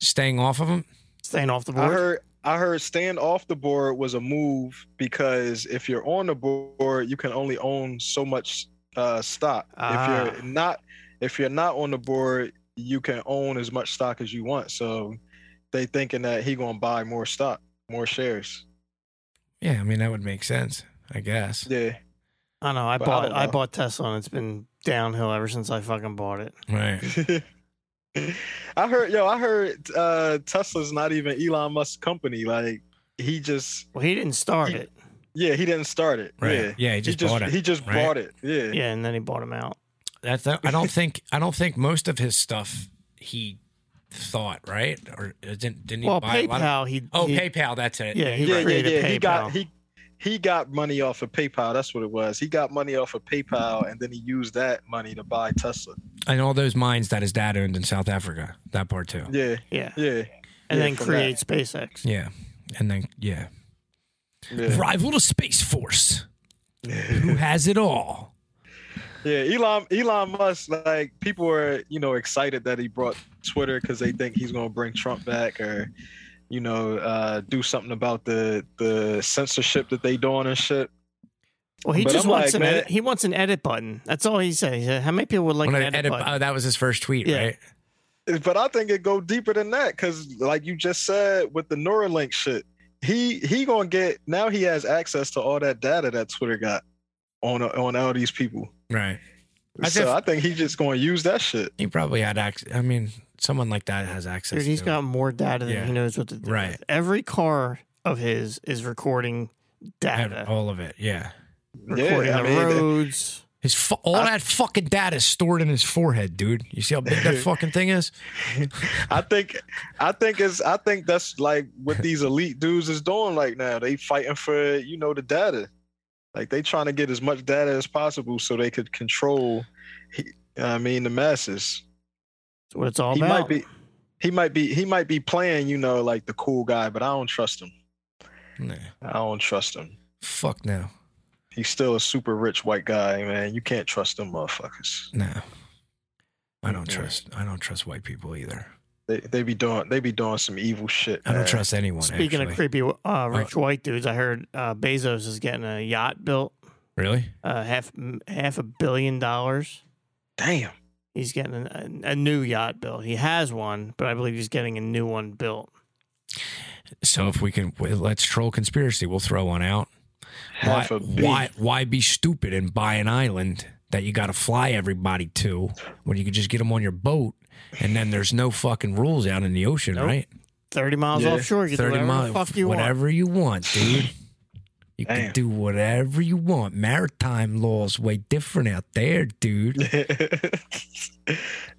Speaker 2: staying off of him.
Speaker 4: Staying off the
Speaker 3: I
Speaker 4: board.
Speaker 3: heard I heard staying off the board was a move because if you're on the board, you can only own so much uh, stock.
Speaker 4: Ah.
Speaker 3: If you're not if you're not on the board, you can own as much stock as you want. So they thinking that he gonna buy more stock, more shares.
Speaker 2: Yeah, I mean that would make sense, I guess.
Speaker 3: Yeah. *laughs*
Speaker 4: I know. I
Speaker 3: But I
Speaker 4: bought.
Speaker 3: don't
Speaker 4: I,
Speaker 3: know.
Speaker 4: bought Tesla, and it's been downhill ever since I fucking bought it.
Speaker 2: Right.
Speaker 3: I heard yo, I heard uh, Tesla's not even Elon Musk's company. Like he just
Speaker 4: Well, he didn't start it.
Speaker 3: yeah, he didn't start it.
Speaker 2: Right.
Speaker 3: Yeah.
Speaker 2: Yeah, he just bought it,
Speaker 3: He just
Speaker 2: right?
Speaker 3: bought it. Yeah.
Speaker 4: Yeah, and then he bought him out.
Speaker 2: That's I don't think I don't think most of his stuff he thought right or uh, didn't didn't he
Speaker 4: Well,
Speaker 2: buy a lot of,
Speaker 4: PayPal. He.
Speaker 2: Oh
Speaker 4: he,
Speaker 2: PayPal, that's it.
Speaker 4: Yeah, he
Speaker 3: yeah, yeah,
Speaker 4: created
Speaker 3: yeah. He
Speaker 4: PayPal.
Speaker 3: got he he got money off of PayPal. That's what it was. He got money off of PayPal, and then he used that money to buy Tesla.
Speaker 2: And all those mines that his dad owned in South Africa. That part too.
Speaker 3: Yeah,
Speaker 4: Yeah.
Speaker 3: yeah,
Speaker 4: And
Speaker 3: Yeah,
Speaker 4: then
Speaker 3: from
Speaker 4: create SpaceX.
Speaker 2: Yeah. And then yeah.
Speaker 3: yeah.
Speaker 2: Rival to Space Force. Who has it all?
Speaker 3: *laughs* Yeah, Elon Elon Musk, like people are, you know, excited that he brought Twitter because they think he's gonna bring Trump back or, you know, uh, do something about the the censorship that they doing and shit.
Speaker 4: Well, he
Speaker 3: But
Speaker 4: just
Speaker 3: I'm
Speaker 4: wants
Speaker 3: like,
Speaker 4: an
Speaker 3: man-
Speaker 4: edit, he wants an edit button. That's all he said. He said, How many people would like
Speaker 2: When
Speaker 4: an
Speaker 2: I
Speaker 4: edit,
Speaker 2: edit-
Speaker 4: button?
Speaker 2: oh, that was his first tweet,
Speaker 4: Yeah.
Speaker 2: right?
Speaker 3: But I think it go deeper than that because, like you just said, with the Neuralink shit, he he gonna get now he has access to all that data that Twitter got on on all these people.
Speaker 2: Right. I
Speaker 3: so
Speaker 2: def-
Speaker 3: I think he's just gonna use that shit.
Speaker 2: He probably had access. I mean, someone like that has access.
Speaker 4: Dude, he's
Speaker 2: to it.
Speaker 4: got more data than
Speaker 2: Yeah.
Speaker 4: he knows what to do.
Speaker 2: Right.
Speaker 4: with. Every car of his is recording data,
Speaker 2: all of it. Yeah.
Speaker 4: recording
Speaker 3: Yeah, I
Speaker 4: the
Speaker 3: mean, *laughs* the-
Speaker 4: roads.
Speaker 2: His fu- all that fucking data is stored in his forehead, dude. You see how big
Speaker 4: *laughs*
Speaker 2: that fucking thing is?
Speaker 3: I think, I think it's, I think that's like what these elite dudes is doing right now. They fighting for, you know, the data. Like they trying to get as much data as possible so they could control. he- I mean, the masses.
Speaker 4: That's what it's all
Speaker 3: he might
Speaker 4: about.
Speaker 3: be, he might be, he might be playing, you know, like the cool guy, but I don't trust him.
Speaker 2: Nah,
Speaker 3: I don't trust him.
Speaker 2: fuck no,
Speaker 3: He's still a super rich white guy, man. You can't trust them motherfuckers.
Speaker 2: no. I don't trust. I don't trust white people either.
Speaker 3: They, they be doing, they be doing some evil shit.
Speaker 2: I don't
Speaker 3: man.
Speaker 2: trust anyone.
Speaker 4: Uh, Speaking
Speaker 2: actually.
Speaker 4: of creepy uh, rich white dudes, I heard uh, Bezos is getting a yacht built,
Speaker 2: really,
Speaker 4: uh, half half a billion dollars.
Speaker 3: Damn.
Speaker 4: He's getting an, a, a new yacht built. He has one, but I believe he's getting a new one built.
Speaker 2: so if we can, well, let's troll conspiracy. We'll throw one out. Why,
Speaker 3: Half a B.
Speaker 2: why, why be stupid and buy an island that you got to fly everybody to when you could just get them on your boat? And then there's no fucking rules out in the ocean,
Speaker 4: Nope.
Speaker 2: right?
Speaker 4: Thirty miles
Speaker 3: Yeah,
Speaker 4: offshore, you can do
Speaker 2: Thirty
Speaker 4: whatever
Speaker 2: miles,
Speaker 4: the fuck you want.
Speaker 2: whatever you want, dude. You can
Speaker 3: Damn.
Speaker 2: do whatever you want. Maritime laws way different out there, dude.
Speaker 3: *laughs*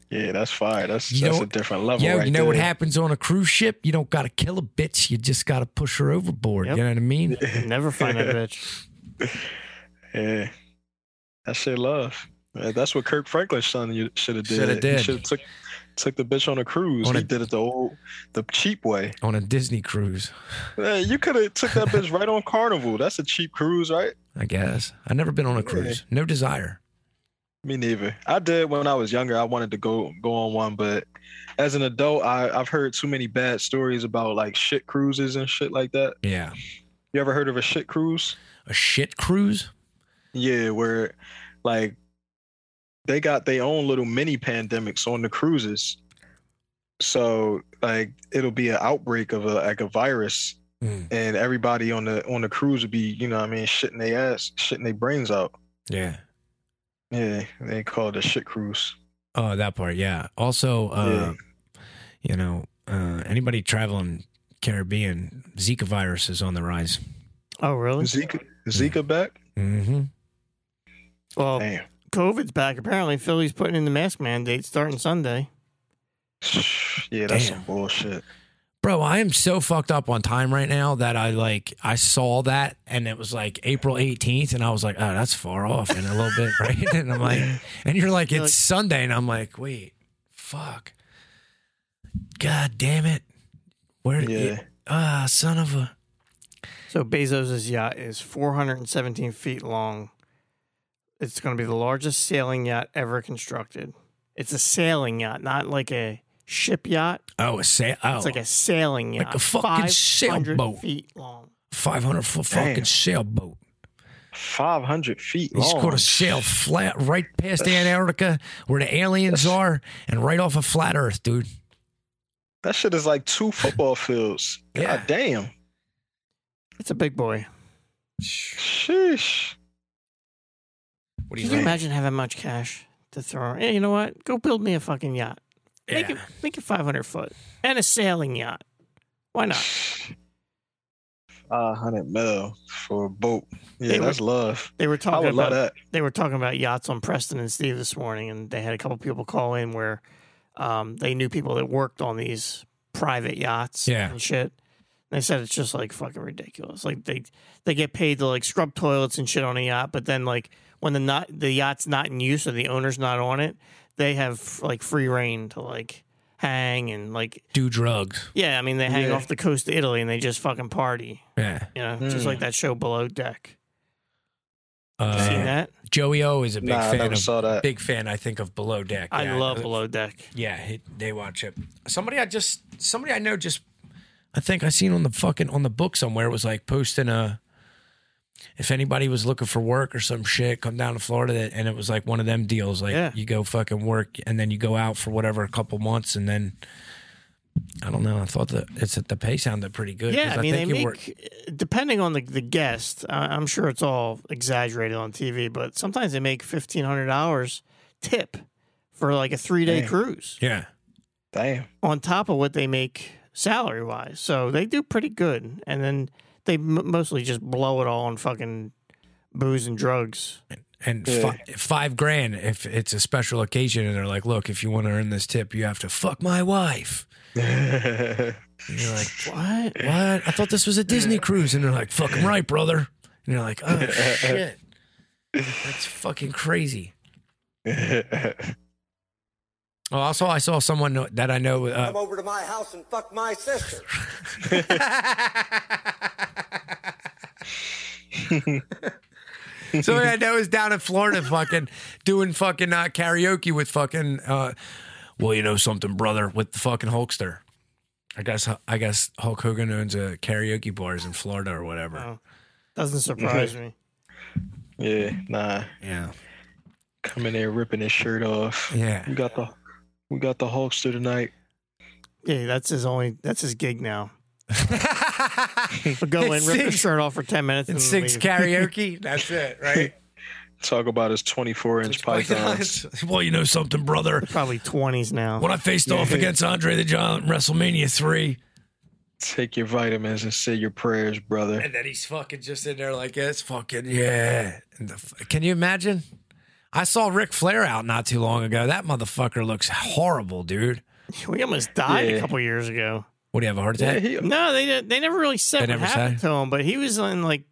Speaker 3: yeah, that's fire. That's
Speaker 2: You
Speaker 3: that's
Speaker 2: know-
Speaker 3: a different level.
Speaker 2: Yo,
Speaker 3: right
Speaker 2: you know what
Speaker 3: there.
Speaker 2: happens on a cruise ship? You don't gotta kill a bitch. You just gotta push her overboard.
Speaker 4: Yep.
Speaker 2: You know what I
Speaker 3: *laughs*
Speaker 2: mean?
Speaker 4: *laughs* Never find that bitch.
Speaker 3: Yeah, that shit love. Man, that's what Kirk Franklin's son you should have did.
Speaker 2: Shoulda did.
Speaker 3: Should have took took the bitch on a cruise.
Speaker 2: On
Speaker 3: he
Speaker 2: a-
Speaker 3: did it the old, the cheap way.
Speaker 2: on a Disney cruise,
Speaker 3: Yeah, you could have took that bitch right on Carnival. That's a cheap cruise, right?
Speaker 2: I guess. I've never been on a cruise. No desire.
Speaker 3: Me neither. I did when I was younger. I wanted to go go on one, but as an adult, I, I've heard too many bad stories about like shit cruises and shit like that.
Speaker 2: Yeah.
Speaker 3: You ever heard of a shit cruise?
Speaker 2: A shit cruise?
Speaker 3: Yeah, where like they got their own little mini pandemics on the cruises. So like it'll be an outbreak of a like a virus
Speaker 2: Mm,
Speaker 3: and everybody on the on the cruise would be, you know what I mean, shitting their ass, shitting their brains out.
Speaker 2: yeah.
Speaker 3: Yeah, they call it a shit cruise.
Speaker 2: Oh, that part, yeah. Also, uh, you know, uh, anybody traveling Caribbean, Zika virus is on the rise.
Speaker 4: Oh, really?
Speaker 3: Zika Zika back?
Speaker 2: Mm-hmm. Oh.
Speaker 4: Well,
Speaker 3: Damn.
Speaker 4: COVID's back. Apparently, Philly's putting in the mask mandate starting Sunday.
Speaker 3: Yeah, that's
Speaker 2: Damn.
Speaker 3: some bullshit.
Speaker 2: Bro, I am so fucked up on time right now that I like I saw that and it was like April 18th and I was like, oh, that's far off in a little bit, *laughs* right? And I'm like, and you're like, it's
Speaker 4: You're like-
Speaker 2: Sunday, and I'm like, wait, fuck, god damn it, where?
Speaker 3: Yeah.
Speaker 2: Ah, son of a.
Speaker 4: So Bezos' yacht is 417 feet long. It's going to be the largest sailing yacht ever constructed. It's a sailing yacht, not like a ship yacht.
Speaker 2: Oh, a sail. Oh,
Speaker 4: It's like a sailing
Speaker 2: Like
Speaker 4: yacht,
Speaker 2: a fucking
Speaker 4: 500
Speaker 2: sailboat.
Speaker 4: feet long.
Speaker 2: 500 foot
Speaker 3: Damn.
Speaker 2: fucking sailboat.
Speaker 3: Five hundred feet
Speaker 2: He's
Speaker 3: long.
Speaker 2: going to sail flat right past Antarctica, where the
Speaker 4: *laughs*
Speaker 2: aliens are, and right off of flat Earth, dude.
Speaker 3: That shit is like two
Speaker 2: *laughs*
Speaker 3: football fields.
Speaker 2: Yeah.
Speaker 3: God damn.
Speaker 4: It's a big boy.
Speaker 3: Sheesh.
Speaker 2: What do
Speaker 4: Can you imagine having much cash to throw? Hey, you know what? Go build me a fucking yacht. Make it
Speaker 2: Yeah.
Speaker 4: make it 500 foot and a sailing yacht. Why not?
Speaker 3: Five hundred mil for a boat. Yeah,
Speaker 4: They
Speaker 3: that's love.
Speaker 4: They were
Speaker 3: I
Speaker 4: talking
Speaker 3: would
Speaker 4: about
Speaker 3: love that.
Speaker 4: they were talking about yachts on Preston and Steve this morning, and they had a couple people call in where um, they knew people that worked on these private yachts
Speaker 2: Yeah.
Speaker 4: and shit. They said it's just like fucking ridiculous. Like they they get paid to like scrub toilets and shit on a yacht, but then like when the not the yacht's not in use or the owner's not on it, they have like free reign to like hang and like
Speaker 2: Do drugs.
Speaker 4: yeah. I mean they hang
Speaker 3: Yeah.
Speaker 4: off the coast of Italy and they just fucking party.
Speaker 2: Yeah.
Speaker 4: You know, just like that show Below Deck. You
Speaker 2: Uh,
Speaker 4: Seen that?
Speaker 2: Joey O is a big
Speaker 3: Nah, I
Speaker 2: fan
Speaker 3: never
Speaker 2: of
Speaker 3: saw that.
Speaker 2: big fan. I think of Below Deck.
Speaker 4: I
Speaker 2: Yeah.
Speaker 4: love Below Deck.
Speaker 2: Yeah, he, they watch it. Somebody I just somebody I know just I think I seen on the fucking on the book somewhere was like posting a if anybody was looking for work or some shit, come down to Florida that, and it was like one of them deals like
Speaker 4: Yeah.
Speaker 2: you go fucking work and then you go out for whatever a couple months and then I don't know. I thought that it's at the pay sounded pretty good. 'cause
Speaker 4: Yeah, I mean they
Speaker 2: think you
Speaker 4: make
Speaker 2: work-
Speaker 4: depending on the the guest. I, I'm sure it's all exaggerated on TV, but sometimes they make fifteen hundred dollars tip for like a three day
Speaker 3: Damn.
Speaker 4: cruise
Speaker 2: yeah.
Speaker 3: Damn. *laughs*
Speaker 4: on top of what they make salary wise. So they do pretty good, and then they m- mostly just blow it all on fucking booze and drugs.
Speaker 2: and
Speaker 3: Yeah.
Speaker 2: fi- five grand if it's a special occasion and they're like look if you want to earn this tip you have to fuck my wife and you're like
Speaker 4: What?
Speaker 2: what i thought this was a disney cruise and they're like fucking right brother and you're like oh shit that's fucking crazy oh also i saw someone that i know uh,
Speaker 7: Come over to my house and fuck my sister.
Speaker 2: *laughs* Somebody I know is down in Florida, fucking doing fucking uh, karaoke with fucking. Uh, well, you know something, brother, with the fucking Hulkster. I guess I guess Hulk Hogan owns a karaoke bars in Florida or whatever.
Speaker 4: Oh. Doesn't surprise me.
Speaker 3: yeah, nah.
Speaker 2: Yeah,
Speaker 3: Coming there ripping his shirt off.
Speaker 2: yeah.
Speaker 3: We got the we got the Hulkster tonight.
Speaker 4: Yeah, that's his only. That's his gig now. *laughs* Go in, rip his
Speaker 2: sings-
Speaker 4: shirt off for ten minutes, and,
Speaker 2: And sings
Speaker 4: leave.
Speaker 2: karaoke. That's it, right?
Speaker 4: *laughs*
Speaker 3: Talk about his 24 inch pythons.
Speaker 2: *laughs* well, you know something, brother.
Speaker 4: Probably twenties now.
Speaker 2: When I faced off against Andre the Giant in WrestleMania three,
Speaker 3: Take your vitamins and say your prayers, brother.
Speaker 2: And then he's fucking just in there like this, fucking yeah. And the, f- can you imagine? I saw Ric Flair out not too long ago. That motherfucker looks horrible, dude.
Speaker 4: We almost died a
Speaker 3: Yeah.
Speaker 4: couple years ago.
Speaker 2: What do you have a heart
Speaker 3: Yeah,
Speaker 2: attack?
Speaker 3: he
Speaker 4: No, they didn't- they never really said
Speaker 2: They
Speaker 4: what
Speaker 2: never
Speaker 4: happened
Speaker 2: said?
Speaker 4: to him, but he was in like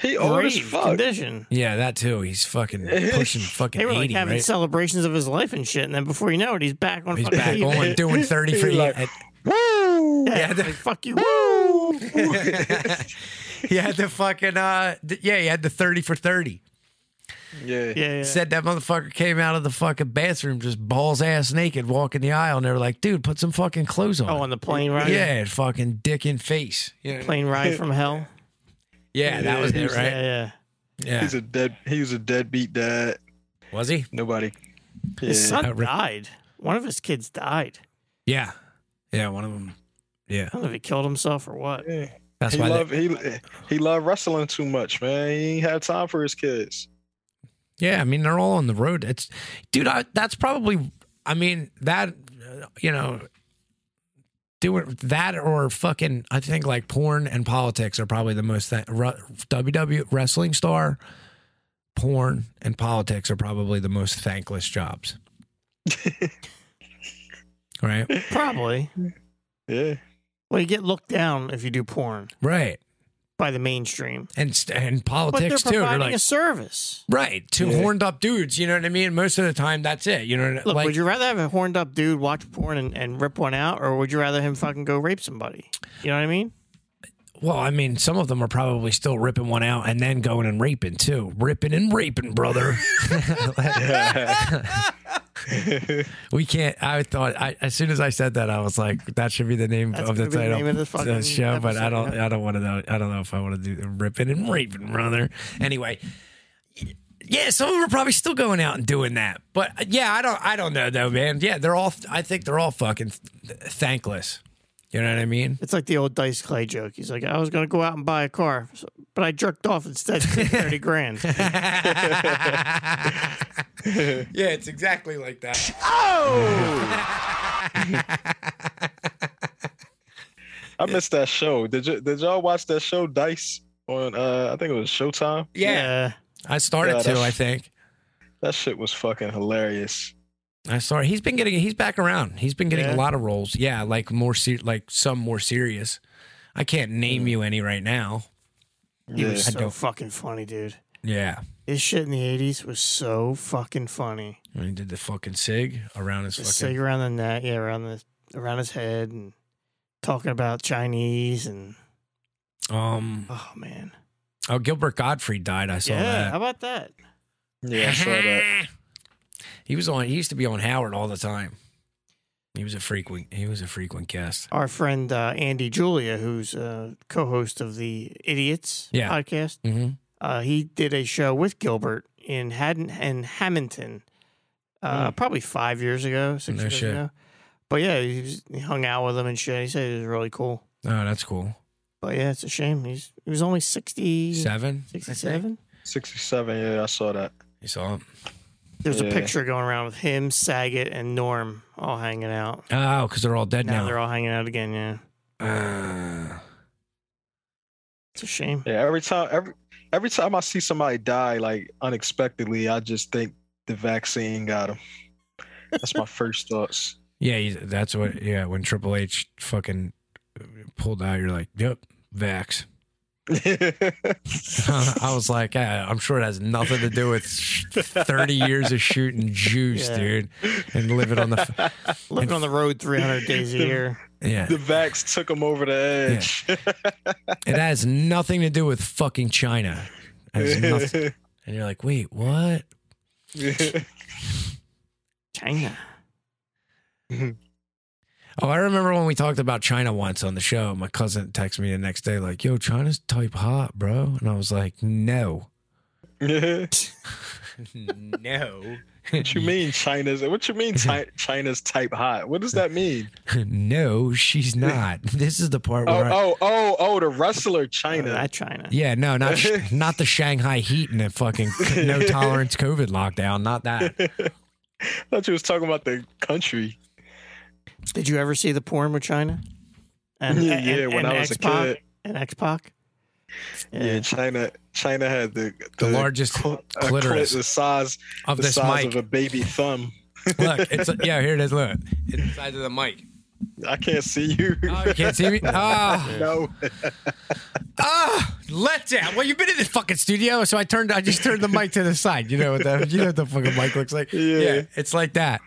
Speaker 3: he old as
Speaker 4: grave
Speaker 3: fuck.
Speaker 4: condition.
Speaker 2: yeah, that too. He's
Speaker 4: *laughs*
Speaker 2: fucking pushing fucking
Speaker 4: They were like
Speaker 2: eighty,
Speaker 4: having
Speaker 2: right?
Speaker 4: celebrations of his life and shit, and then before you know it, he's back on
Speaker 2: he's
Speaker 4: fucking *laughs*
Speaker 2: back
Speaker 4: TV.
Speaker 2: on doing thirty for
Speaker 3: He like-
Speaker 2: at-
Speaker 3: Woo!
Speaker 4: Yeah,
Speaker 2: Yeah,
Speaker 4: it's
Speaker 2: the-
Speaker 4: like, fuck you.
Speaker 2: he had the fucking uh th- yeah he had the thirty for thirty.
Speaker 3: Yeah.
Speaker 4: Yeah, yeah.
Speaker 2: Said that motherfucker came out of the fucking bathroom just balls ass naked walking the aisle and they were like, dude, put some fucking clothes on.
Speaker 4: oh, on the plane ride.
Speaker 2: yeah, fucking dick in face. Yeah,
Speaker 4: plane ride from hell.
Speaker 2: yeah that was it,
Speaker 4: Yeah,
Speaker 2: right?
Speaker 4: yeah.
Speaker 2: Yeah.
Speaker 3: He's a dead he was a deadbeat dad.
Speaker 2: Was he?
Speaker 3: Nobody
Speaker 4: His
Speaker 3: yeah.
Speaker 4: son
Speaker 2: Uh, Rick-
Speaker 4: died. One of his kids died.
Speaker 2: Yeah. Yeah, one of them. Yeah.
Speaker 4: I don't know if he killed himself or what.
Speaker 3: Yeah.
Speaker 2: That's
Speaker 3: He
Speaker 2: why
Speaker 3: loved he he loved wrestling too much, man. He ain't had time for his kids.
Speaker 2: they, Yeah, I mean they're all on the road. It's dude, I, that's probably I mean that uh, you know doing that or fucking I think like porn and politics are probably the most th- ru- WW wrestling star porn and politics are probably the most thankless
Speaker 4: *laughs*
Speaker 2: jobs. right?
Speaker 4: Probably.
Speaker 3: Yeah.
Speaker 4: Well, you get looked down if you do porn
Speaker 2: Right.
Speaker 4: by the mainstream.
Speaker 2: And st- and
Speaker 4: But they're
Speaker 2: politics too. They're
Speaker 4: providing
Speaker 2: like
Speaker 4: a service.
Speaker 2: Right. Two
Speaker 3: Yeah.
Speaker 2: horned up dudes, you know what I mean? Most of the time that's it. You know
Speaker 4: Look,
Speaker 2: like
Speaker 4: would you rather have a horned up dude watch porn and, and rip one out, or would you rather him fucking go rape somebody? You know what I mean?
Speaker 2: well, I mean, some of them are probably still ripping one out and then going and raping too. Ripping and raping, brother. *laughs* we can't I thought I, as soon as I said that I was like that should be the name
Speaker 4: That's
Speaker 2: of the
Speaker 4: gonna be the
Speaker 2: title
Speaker 4: name of the
Speaker 2: to
Speaker 4: fucking
Speaker 2: show, but I
Speaker 4: episode,
Speaker 2: don't
Speaker 4: yeah.
Speaker 2: I don't want to know I don't know if I want to do ripping and raping, brother. Anyway, Yeah, some of them are probably still going out and doing that. But uh, yeah, I don't I don't know though, man. Yeah, they're all I think they're all fucking th- thankless. You know what I mean?
Speaker 4: It's like the old Dice Clay joke. He's like, I was going to go out and buy a car, so- but I jerked off
Speaker 2: *laughs*
Speaker 4: instead for 30 grand.
Speaker 2: Yeah, it's exactly like that.
Speaker 3: Oh! I missed that show. Did you did y'all watch that show Dice on uh I think it was Showtime?
Speaker 2: *laughs* Yeah. I started
Speaker 3: Yeah,
Speaker 2: to,
Speaker 3: that's-
Speaker 2: I think.
Speaker 3: That shit was fucking hilarious.
Speaker 2: I started. He's been getting he's back around. He's been getting
Speaker 4: Yeah.
Speaker 2: a lot of roles. Yeah, like more se- like some more serious. I can't
Speaker 3: Mm.
Speaker 2: name you any right now.
Speaker 4: He was
Speaker 2: I
Speaker 4: so
Speaker 2: don't-
Speaker 4: fucking funny, dude.
Speaker 2: Yeah.
Speaker 4: This shit in the '80s was so fucking funny.
Speaker 2: When he did the fucking sig around his
Speaker 4: The
Speaker 2: fucking.
Speaker 4: sig around the neck, yeah, around the around his head, and talking about Chinese and
Speaker 2: Um.
Speaker 4: oh man,
Speaker 2: Oh, Gilbert Gottfried died. I saw
Speaker 4: yeah. How
Speaker 2: that.
Speaker 4: about that?
Speaker 3: Yeah, I saw
Speaker 4: *laughs*
Speaker 3: that.
Speaker 2: *laughs* He was on. He used to be on Howard all the time. He was a frequent. He was a frequent guest.
Speaker 4: Our friend uh, Andy Julia, who's uh, co-host of the Idiots
Speaker 2: Yeah.
Speaker 4: podcast,
Speaker 2: Mm-hmm.
Speaker 4: uh, he did a show with Gilbert in Haddon in Hamilton, uh, probably five years ago, six
Speaker 2: Hmm. No
Speaker 4: years
Speaker 2: shit.
Speaker 4: ago. But yeah, he, was, he hung out with him and shit. He said it was really cool.
Speaker 2: Oh, that's cool.
Speaker 4: But yeah, it's a shame. He's he was only 60,
Speaker 2: Seven.
Speaker 4: 67?
Speaker 3: 67. Yeah, I saw that.
Speaker 2: You saw him.
Speaker 4: There's a
Speaker 3: Yeah.
Speaker 4: picture going around with him, Saget, and Norm all hanging out.
Speaker 2: Oh, because they're all dead
Speaker 4: Now
Speaker 2: now.
Speaker 4: they're all hanging out again. Yeah,
Speaker 2: Uh,
Speaker 4: it's a shame.
Speaker 3: Yeah, every time every every time I see somebody die like unexpectedly, I just think the vaccine got them. That's my
Speaker 2: *laughs*
Speaker 3: first thoughts. *laughs*
Speaker 2: yeah, he's- that's what. Yeah, when Triple H fucking pulled out, you're like, yep, Vax. *laughs* I was like, "Ah, I'm sure it has nothing to do with 30 years of shooting juice,
Speaker 4: Yeah.
Speaker 2: dude, and living on the. f-
Speaker 4: Living on the road 300
Speaker 3: *laughs*
Speaker 4: days a year.
Speaker 2: Yeah.
Speaker 3: the vax took them over the edge.
Speaker 2: It has nothing to do with fucking China. It
Speaker 4: *laughs*
Speaker 2: has nothing-
Speaker 3: *laughs*
Speaker 2: And you're like, wait, what?
Speaker 4: China.
Speaker 2: Oh, I remember when we talked about China once on the show. My cousin texted me the next day, like, yo, China's type hot, bro. And I was like, no. *laughs* no.
Speaker 3: what you mean China's? What you mean Chi- China's type hot? What does
Speaker 2: *laughs*
Speaker 3: that mean?
Speaker 2: *laughs* no, she's
Speaker 3: *laughs*
Speaker 2: not. This is the part
Speaker 3: Oh,
Speaker 2: where. I-
Speaker 3: oh, oh, oh! The wrestler China.
Speaker 4: That China.
Speaker 2: Yeah, no, not
Speaker 3: *laughs*
Speaker 2: sh- not the Shanghai heat and the fucking no tolerance COVID lockdown. Not that.
Speaker 3: I thought you was talking about the country.
Speaker 4: Did you ever see the porn with China? And,
Speaker 3: Yeah, yeah, when I was a
Speaker 4: X-Pac?
Speaker 3: kid.
Speaker 4: And X Pac.
Speaker 3: Yeah, China. China had the
Speaker 2: The largest
Speaker 3: cl- a
Speaker 2: clitoris
Speaker 3: clit the size
Speaker 2: of
Speaker 3: the
Speaker 2: this
Speaker 3: size
Speaker 2: mic.
Speaker 3: of a baby thumb.
Speaker 2: *laughs* Look, it's yeah, here it is. Look, it's the size of the mic.
Speaker 3: I can't see you.
Speaker 2: *laughs* Oh, you can't see me. Ah,
Speaker 3: no.
Speaker 2: ah, let down. Well, you've been in this fucking studio, so I turned. I just turned the mic to the side. You know what the you know what the fucking mic looks like.
Speaker 3: Yeah.
Speaker 2: it's like that.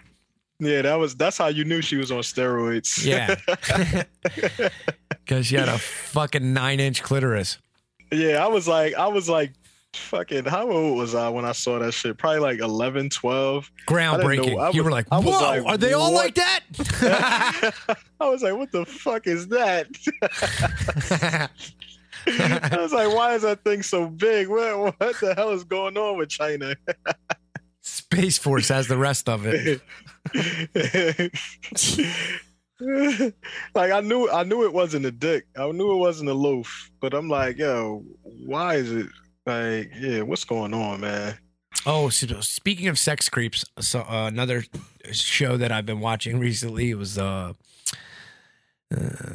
Speaker 3: Yeah, that was that's how you knew she was on steroids.
Speaker 2: Yeah, *laughs* because she had a fucking nine inch clitoris.
Speaker 3: *laughs* yeah, I was like I was like fucking how old was I when I saw that shit? Probably like 11, 12. I didn't
Speaker 2: Groundbreaking.
Speaker 3: know. I
Speaker 2: you
Speaker 3: was-
Speaker 2: were like,
Speaker 3: I
Speaker 2: "Whoa,
Speaker 3: was like,
Speaker 2: are they all
Speaker 3: what?
Speaker 2: like that?"
Speaker 3: *laughs* I was like, what the fuck is that? *laughs* I was like, why is that thing so big? What what the hell is going on with China?
Speaker 2: *laughs* Space Force has the rest of it.
Speaker 3: *laughs* like I knew I knew it wasn't a dick. I knew it wasn't a loaf. But I'm like, yo, why is it like, yeah, what's going on, man?
Speaker 2: Oh, so speaking of sex creeps, so uh, another show that I've been watching recently was uh, uh,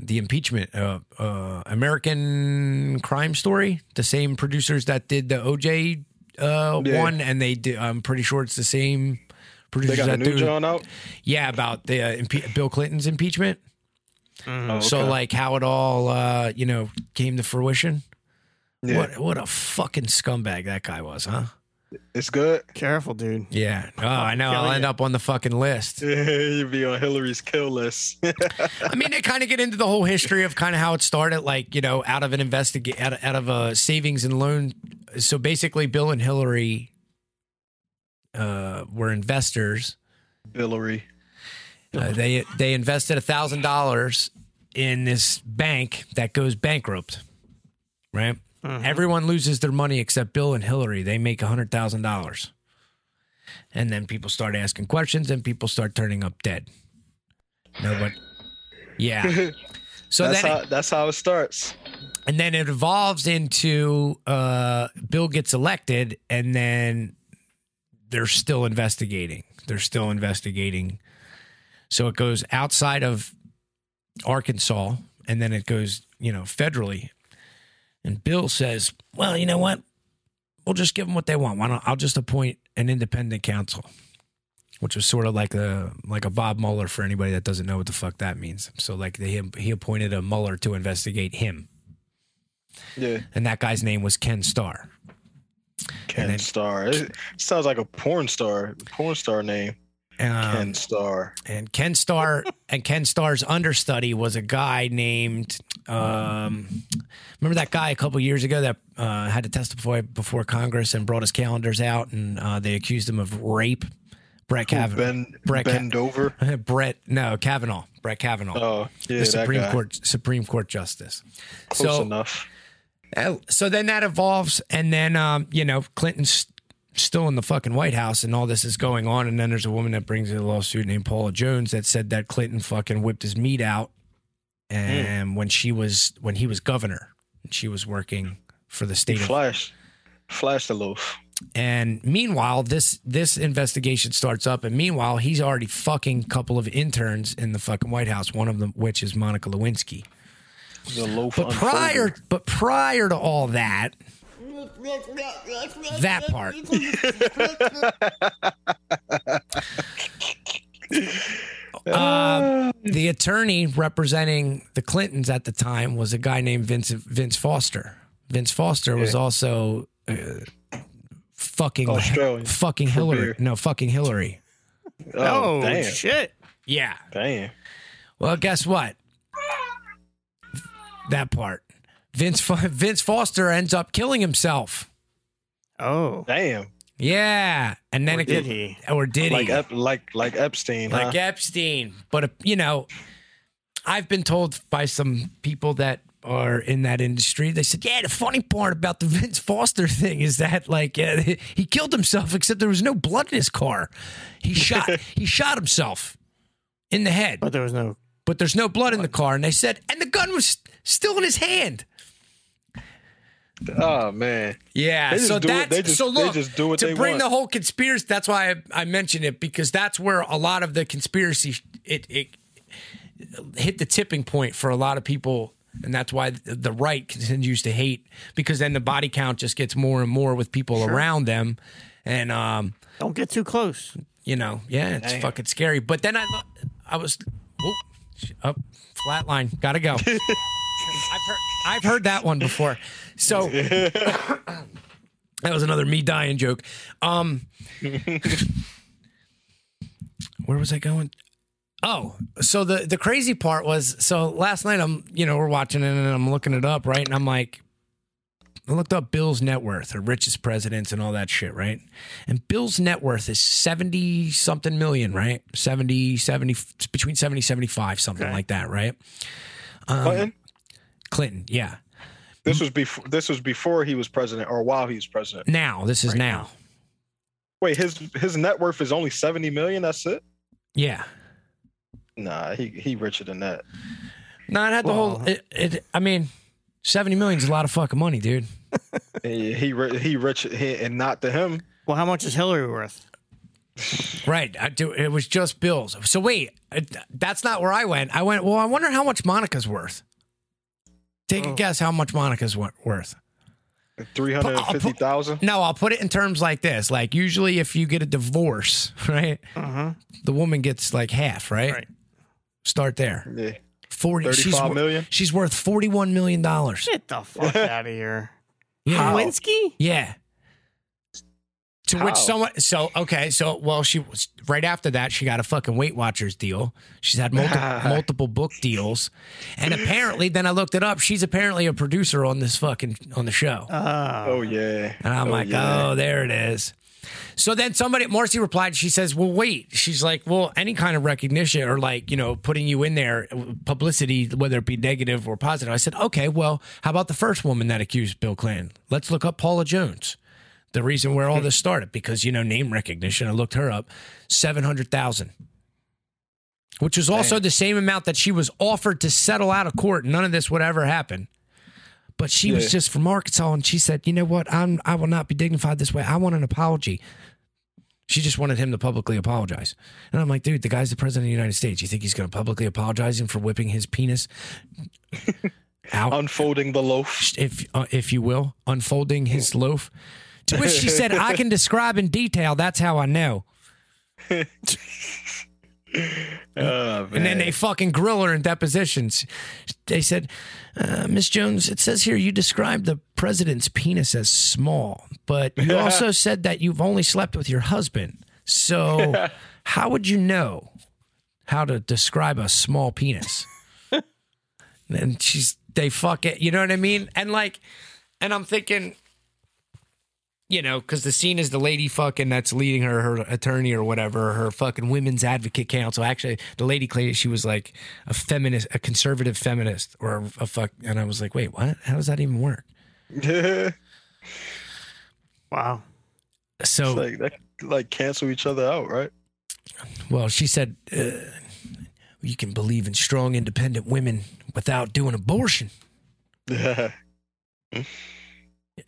Speaker 2: the impeachment, uh, uh, American Crime Story. The same producers that did the OJ uh,
Speaker 3: Yeah.
Speaker 2: one, and they did. I'm pretty sure it's the same
Speaker 3: They
Speaker 2: producers
Speaker 3: got a
Speaker 2: that
Speaker 3: new
Speaker 2: do.
Speaker 3: John out?
Speaker 2: Yeah, about the uh, impe- Bill Clinton's impeachment.
Speaker 3: Oh,
Speaker 2: So
Speaker 3: okay.
Speaker 2: like how it all uh, you know came to fruition.
Speaker 3: Yeah.
Speaker 2: What what a fucking scumbag that guy was, huh?
Speaker 3: It's good. *laughs*
Speaker 4: Careful, dude.
Speaker 2: Yeah. Oh, I know. I'll end up on the fucking list.
Speaker 3: You'd be on Hillary's kill list. *laughs*
Speaker 2: I mean, they kind of get into the whole history of kind of how it started, like you know, out of an investigate, out of, out of a savings and loan. So basically, Bill and Hillary uh, were investors.
Speaker 3: Hillary.
Speaker 2: Uh, they they invested a thousand dollars in this bank that goes bankrupt. Right. Everyone loses their money except Bill and Hillary. They make a hundred thousand dollars, and then people start asking questions, and people start turning up dead. Nobody.
Speaker 3: *laughs*
Speaker 2: Yeah. So
Speaker 3: that's
Speaker 2: then,
Speaker 3: how that's how it starts.
Speaker 2: and then it evolves into uh, Bill gets elected, and then they're still investigating. They're still investigating. So it goes outside of Arkansas, and then it goes, you know, federally. And Bill says, "Well, you know what? We'll just give them what they want. Why don't I'll just appoint an independent counsel." which was sort of like a like a Bob Mueller for anybody that doesn't know what the fuck that means. So like they he appointed a Mueller to investigate him,
Speaker 3: Yeah.
Speaker 2: and that guy's name was Ken Starr.
Speaker 3: Ken
Speaker 2: then-
Speaker 3: Star. It sounds like a porn star. Porn star name.
Speaker 2: Um,
Speaker 3: Ken Star.
Speaker 2: and Ken Starr and Ken Starr's understudy was a guy named um, remember that guy a couple years ago that uh, had to testify before Congress and brought his calendars out and uh, they accused him of rape. Brett Kavanaugh.
Speaker 3: Ben
Speaker 2: Brett, Ka-
Speaker 3: Bend over.
Speaker 2: *laughs* Brett no Kavanaugh. Brett Kavanaugh.
Speaker 3: Oh, yeah,
Speaker 2: *laughs* the
Speaker 3: that
Speaker 2: Supreme
Speaker 3: guy.
Speaker 2: Court Supreme Court Justice.
Speaker 3: Close
Speaker 2: so
Speaker 3: enough.
Speaker 2: uh, so then that evolves, and then um, you know Clinton's still in the fucking White House, and all this is going on, and then there's a woman that brings in a lawsuit named Paula Jones that said that Clinton fucking whipped his meat out, and when she was when he was governor, and she was working for the
Speaker 3: He
Speaker 2: state of
Speaker 3: flashed. Flashed a loaf.
Speaker 2: and meanwhile, this this investigation starts up, and meanwhile, he's already fucking couple of interns in the fucking White House. One of them, which is Monica Lewinsky.
Speaker 3: The loaf.
Speaker 2: But prior, but prior to all that, that part. Uh, the attorney representing the Clintons at the time was a guy named Vince Vince Foster. Vince Foster was also uh, fucking *laughs*
Speaker 3: Australian.
Speaker 2: fucking Hillary.
Speaker 3: beer.
Speaker 2: No, fucking Hillary.
Speaker 3: Oh,
Speaker 4: oh
Speaker 3: damn.
Speaker 4: shit!
Speaker 2: Yeah.
Speaker 3: Damn.
Speaker 2: Well, guess what? That part. Vince Fo- *laughs* Vince Foster ends up killing himself.
Speaker 4: Oh,
Speaker 3: Damn.
Speaker 2: Yeah, and then
Speaker 4: Or
Speaker 2: it
Speaker 4: did he?
Speaker 2: Or did
Speaker 3: Like
Speaker 2: he?
Speaker 3: Ep, like like Epstein.
Speaker 2: like
Speaker 3: huh?
Speaker 2: Epstein. But uh, you know, I've been told by some people that are in that industry. They said, "Yeah, the funny part about the Vince Foster thing is that like uh, *laughs* he killed himself, except there was no blood in his car. He shot he shot himself in the head,
Speaker 4: but there was no.
Speaker 2: but there's no blood in the car." And they said, "And the gun was still in his hand."
Speaker 3: oh man.
Speaker 2: Yeah,
Speaker 3: They just
Speaker 2: so
Speaker 3: do it-
Speaker 2: that's
Speaker 3: they just-
Speaker 2: so
Speaker 3: they
Speaker 2: look
Speaker 3: just do what
Speaker 2: to
Speaker 3: they
Speaker 2: bring
Speaker 3: want.
Speaker 2: the whole conspiracy. That's why I, I mentioned it because that's where a lot of the conspiracy it, it hit the tipping point for a lot of people, and that's why the the right continues to hate because then the body count just gets more and more with people around them, and um,
Speaker 4: Don't get too close.
Speaker 2: you know, yeah, it's fucking scary. But then I, lo- I was, oh, sh- oh, flatline, gotta go. I've heard, I've heard that one before. So that was another me dying joke. Um, where was I going? Oh, so the the crazy part was so last night I'm you know we're watching it and I'm looking it up right and I'm like I looked up Bill's net worth or richest presidents and all that shit, right? And Bill's net worth is 70 something million, right? 70, 70, between 70, 75, something like that, right? Um,
Speaker 3: Clinton.
Speaker 2: Clinton, yeah.
Speaker 3: This was before. This was before he was president, or while he was president.
Speaker 2: Now, this is now.
Speaker 3: Wait, his his net worth is only seventy million. That's it.
Speaker 2: Yeah.
Speaker 3: Nah, he he richer than that.
Speaker 2: No, it had the whole, it, it, I mean, 70 million is a lot of fucking money, dude.
Speaker 3: He he, ri- he rich he, and not to him.
Speaker 4: Well, how much is Hillary worth?
Speaker 2: Right. I do. It was just Bill's. So wait, it- that's not where I went. I went, well, I wonder how much Monica's worth. Take a guess how much Monica's wor- worth.
Speaker 3: Three hundred and fifty thousand.
Speaker 2: No, I'll put it in terms like this. Like usually if you get a divorce, *laughs* right? The woman gets like half, right?
Speaker 4: Right.
Speaker 2: Start there.
Speaker 3: Yeah.
Speaker 2: 40 she's,
Speaker 3: 35
Speaker 2: wor-
Speaker 3: million?
Speaker 2: She's worth 41 million dollars.
Speaker 4: Get the
Speaker 3: *laughs*
Speaker 4: fuck out of here.
Speaker 2: Yeah.
Speaker 4: Lewinsky?
Speaker 2: Yeah. To
Speaker 3: How?
Speaker 2: which someone so okay so well she was right after that she got a fucking Weight Watchers deal. She's had
Speaker 3: *laughs*
Speaker 2: multiple, multiple book deals, and apparently then I looked it up. She's apparently a producer on this fucking on the show.
Speaker 3: Oh yeah.
Speaker 2: And I'm
Speaker 3: oh,
Speaker 2: like, Uh, oh, there it is. So then somebody, Marcy replied, she says, well, wait. She's like, well, any kind of recognition or like, you know, putting you in there, publicity, whether it be negative or positive. I said, okay, well, how about the first woman that accused Bill Clinton? Let's look up Paula Jones. The reason where all this started, because, you know, name recognition, I looked her up, 700,000. Which was also the same amount that she was offered to settle out of court. None of this would ever happen but she was
Speaker 3: Yeah.
Speaker 2: just from Arkansas, and she said, "You know what? I'm I will not be dignified this way. I want an apology." She just wanted him to publicly apologize, and I'm like, "Dude, the guy's the president of the United States. You think he's going to publicly apologize him for whipping his penis out,
Speaker 3: Unfolding the loaf. *laughs*
Speaker 2: if uh, if you will, unfolding his loaf?" To which she said, "I can describe in detail. That's how I know."
Speaker 3: Oh,
Speaker 2: And then
Speaker 3: man.
Speaker 2: they fucking grill her in depositions. They said, uh, Miss Jones, it says here you described the president's penis as small, but you also said that you've only slept with your husband. So how would you know how to describe a small penis? and she's, they fuck it. You know what I mean? And like, and I'm thinking, you know, because the scene is the lady fucking that's leading her, her attorney or whatever, her fucking women's advocate council. Actually, the lady claimed she was like a feminist, a conservative feminist, or a, a fuck. And I was like, wait, what? How does that even work?
Speaker 4: Wow.
Speaker 2: So,
Speaker 3: like that, like cancel each other out, right?
Speaker 2: well, she said, uh, you can believe in strong, independent women without doing abortion.
Speaker 3: *laughs* Yeah.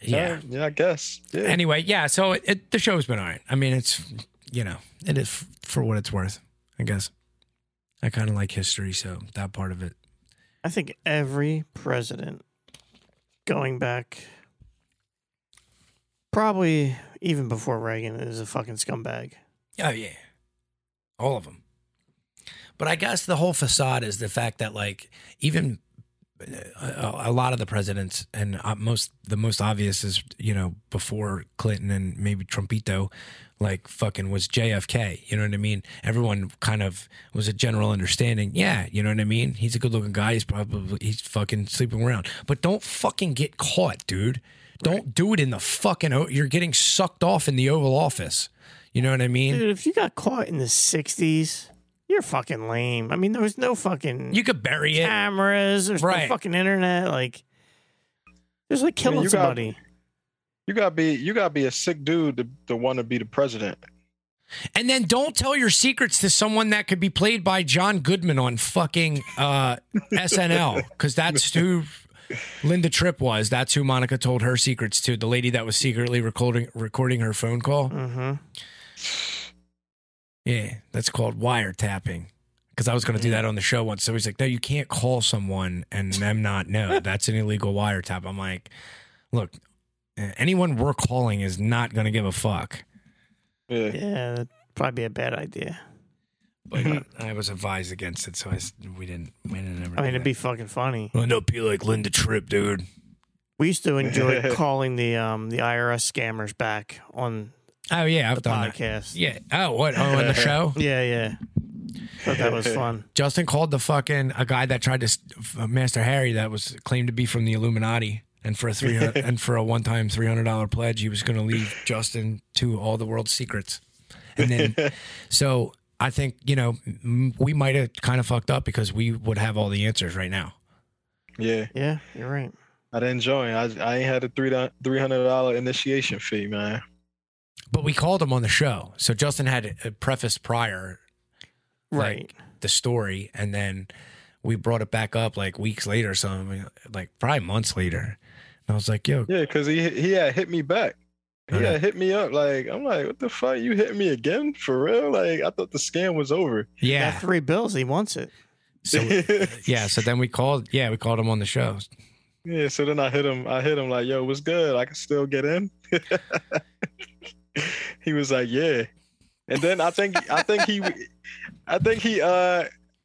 Speaker 2: Yeah.
Speaker 3: Yeah, I guess. Yeah.
Speaker 2: Anyway, yeah. So it, it, the show's been all right. I mean, it's, you know, it is f- for what it's worth, I guess. I kind of like history, so that part of it.
Speaker 4: I think every president going back probably even before Reagan is a fucking scumbag.
Speaker 2: Oh yeah, all of them. But I guess the whole facade is the fact that like even uh, a, a lot of the presidents and uh, most the most obvious is you know before Clinton and maybe Trumpito, like fucking was JFK. You know what I mean? Everyone kind of was a general understanding. Yeah, you know what I mean. He's a good looking guy. He's probably he's fucking sleeping around. But don't fucking get caught, dude. Don't do it in the fucking. o- You're getting sucked off in the Oval Office. You know what I mean?
Speaker 4: Dude, if you got caught in the 60s, you're fucking lame. I mean, there was no fucking
Speaker 2: You could bury it.
Speaker 4: cameras, there's
Speaker 2: Right.
Speaker 4: no fucking internet. Like, there's like killing
Speaker 3: you got-
Speaker 4: somebody.
Speaker 3: You gotta be you gotta be a sick dude to, to want to be the president.
Speaker 2: And then don't tell your secrets to someone that could be played by John Goodman on fucking uh, SNL, because that's who Linda Tripp was. That's who Monica told her secrets to, the lady that was secretly recording recording her phone call.
Speaker 4: hmm
Speaker 2: Yeah, that's called wiretapping. Because I was going to do that on the show once. So he's like, no, you can't call someone and them not know. That's an illegal wiretap. I'm like, look, anyone we're calling is not going to give a fuck.
Speaker 3: Yeah.
Speaker 4: Yeah, that'd probably be a bad idea. *laughs*
Speaker 2: but uh, I was advised against it, so I s- we didn't we didn't ever.
Speaker 4: I mean, it'd be fucking funny.
Speaker 2: end up be like Linda Tripp, dude.
Speaker 4: We used
Speaker 3: *laughs*
Speaker 4: to enjoy calling the um the IRS scammers back on
Speaker 2: Oh yeah, I've
Speaker 4: the
Speaker 2: done that.
Speaker 4: podcast.
Speaker 2: Yeah. Oh what? Oh, on the
Speaker 4: *laughs*
Speaker 2: show,
Speaker 4: Yeah, yeah. Thought that was fun.
Speaker 2: Justin called the fucking a guy that tried to s- f- uh, Master Harry that was claimed to be from the Illuminati. And for a three
Speaker 4: *laughs*
Speaker 2: and for a one time three hundred dollar pledge, he was going to lead Justin to all the world's secrets. And
Speaker 4: *laughs*
Speaker 2: then, so I think you know m- we might have kind of fucked up because we would have all the answers right now.
Speaker 3: Yeah.
Speaker 4: Yeah, you're right.
Speaker 3: I didn't join. I I ain't had a three three hundred dollar initiation fee, man.
Speaker 2: But we called him on the show, so Justin had a preface prior
Speaker 4: Right.
Speaker 2: like the story and then we brought it back up like weeks later or something like probably months later and i was like yo
Speaker 3: Yeah, cause he he had hit me back. He
Speaker 2: Okay.
Speaker 3: had hit me up like I'm like, what the fuck? You hit me again for real? Like I thought the scam was over.
Speaker 2: yeah
Speaker 4: Got three bills. He wants it.
Speaker 3: *laughs*
Speaker 2: so yeah so then we called yeah we called him on the show
Speaker 3: Yeah, so then I hit him. I hit him like, "Yo, what's good? I can still get in." *laughs* he was like, "Yeah," and then I think I think he, I think he uh,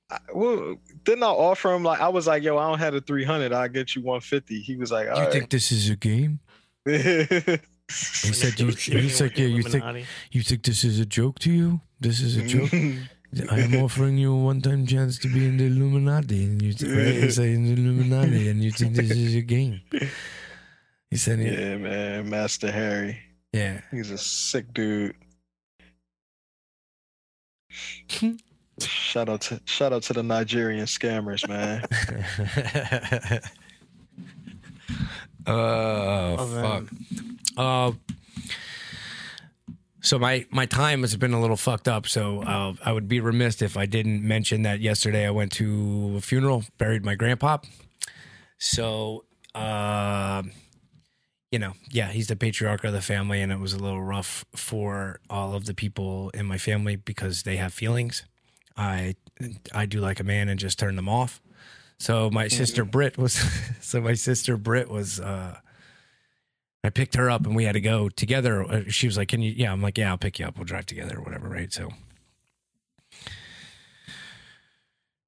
Speaker 3: I- well, didn't I offer him like I was like, "Yo, I don't have a three hundred. I I'll get you one fifty. He was like,
Speaker 2: you
Speaker 3: "All
Speaker 2: think this is a game
Speaker 3: right." *laughs*
Speaker 2: he said you he
Speaker 4: Negotiating with
Speaker 2: said
Speaker 4: the
Speaker 2: yeah you think
Speaker 4: Illuminati.
Speaker 2: you think this is a joke to you this is a *laughs*
Speaker 3: *laughs*
Speaker 2: joke I am offering you a one-time chance to be in the Illuminati, and you th- say in the Illuminati, and you think this is a game. He said, "Yeah,
Speaker 3: yeah, man, Master Harry,
Speaker 2: *laughs* yeah.
Speaker 3: he's a sick dude.
Speaker 2: *laughs*
Speaker 3: shout out to shout out to the Nigerian scammers,
Speaker 2: *laughs*
Speaker 3: man.
Speaker 2: *laughs* oh fuck. Uh, so my my time has been a little fucked up. So uh, I would be remiss if I didn't mention that yesterday I went to a funeral, buried my grandpa. So. Uh, you know, yeah, he's the patriarch of the family, and it was a little rough for all of the people in my family because they have feelings. I I do like a man and just turn them off. So my sister Britt was *laughs* so my sister Britt was uh I picked her up and we had to go together. Uh, She was like, "Can you yeah, I'm like, "Yeah, I'll pick you up. We'll drive together or whatever, right?" So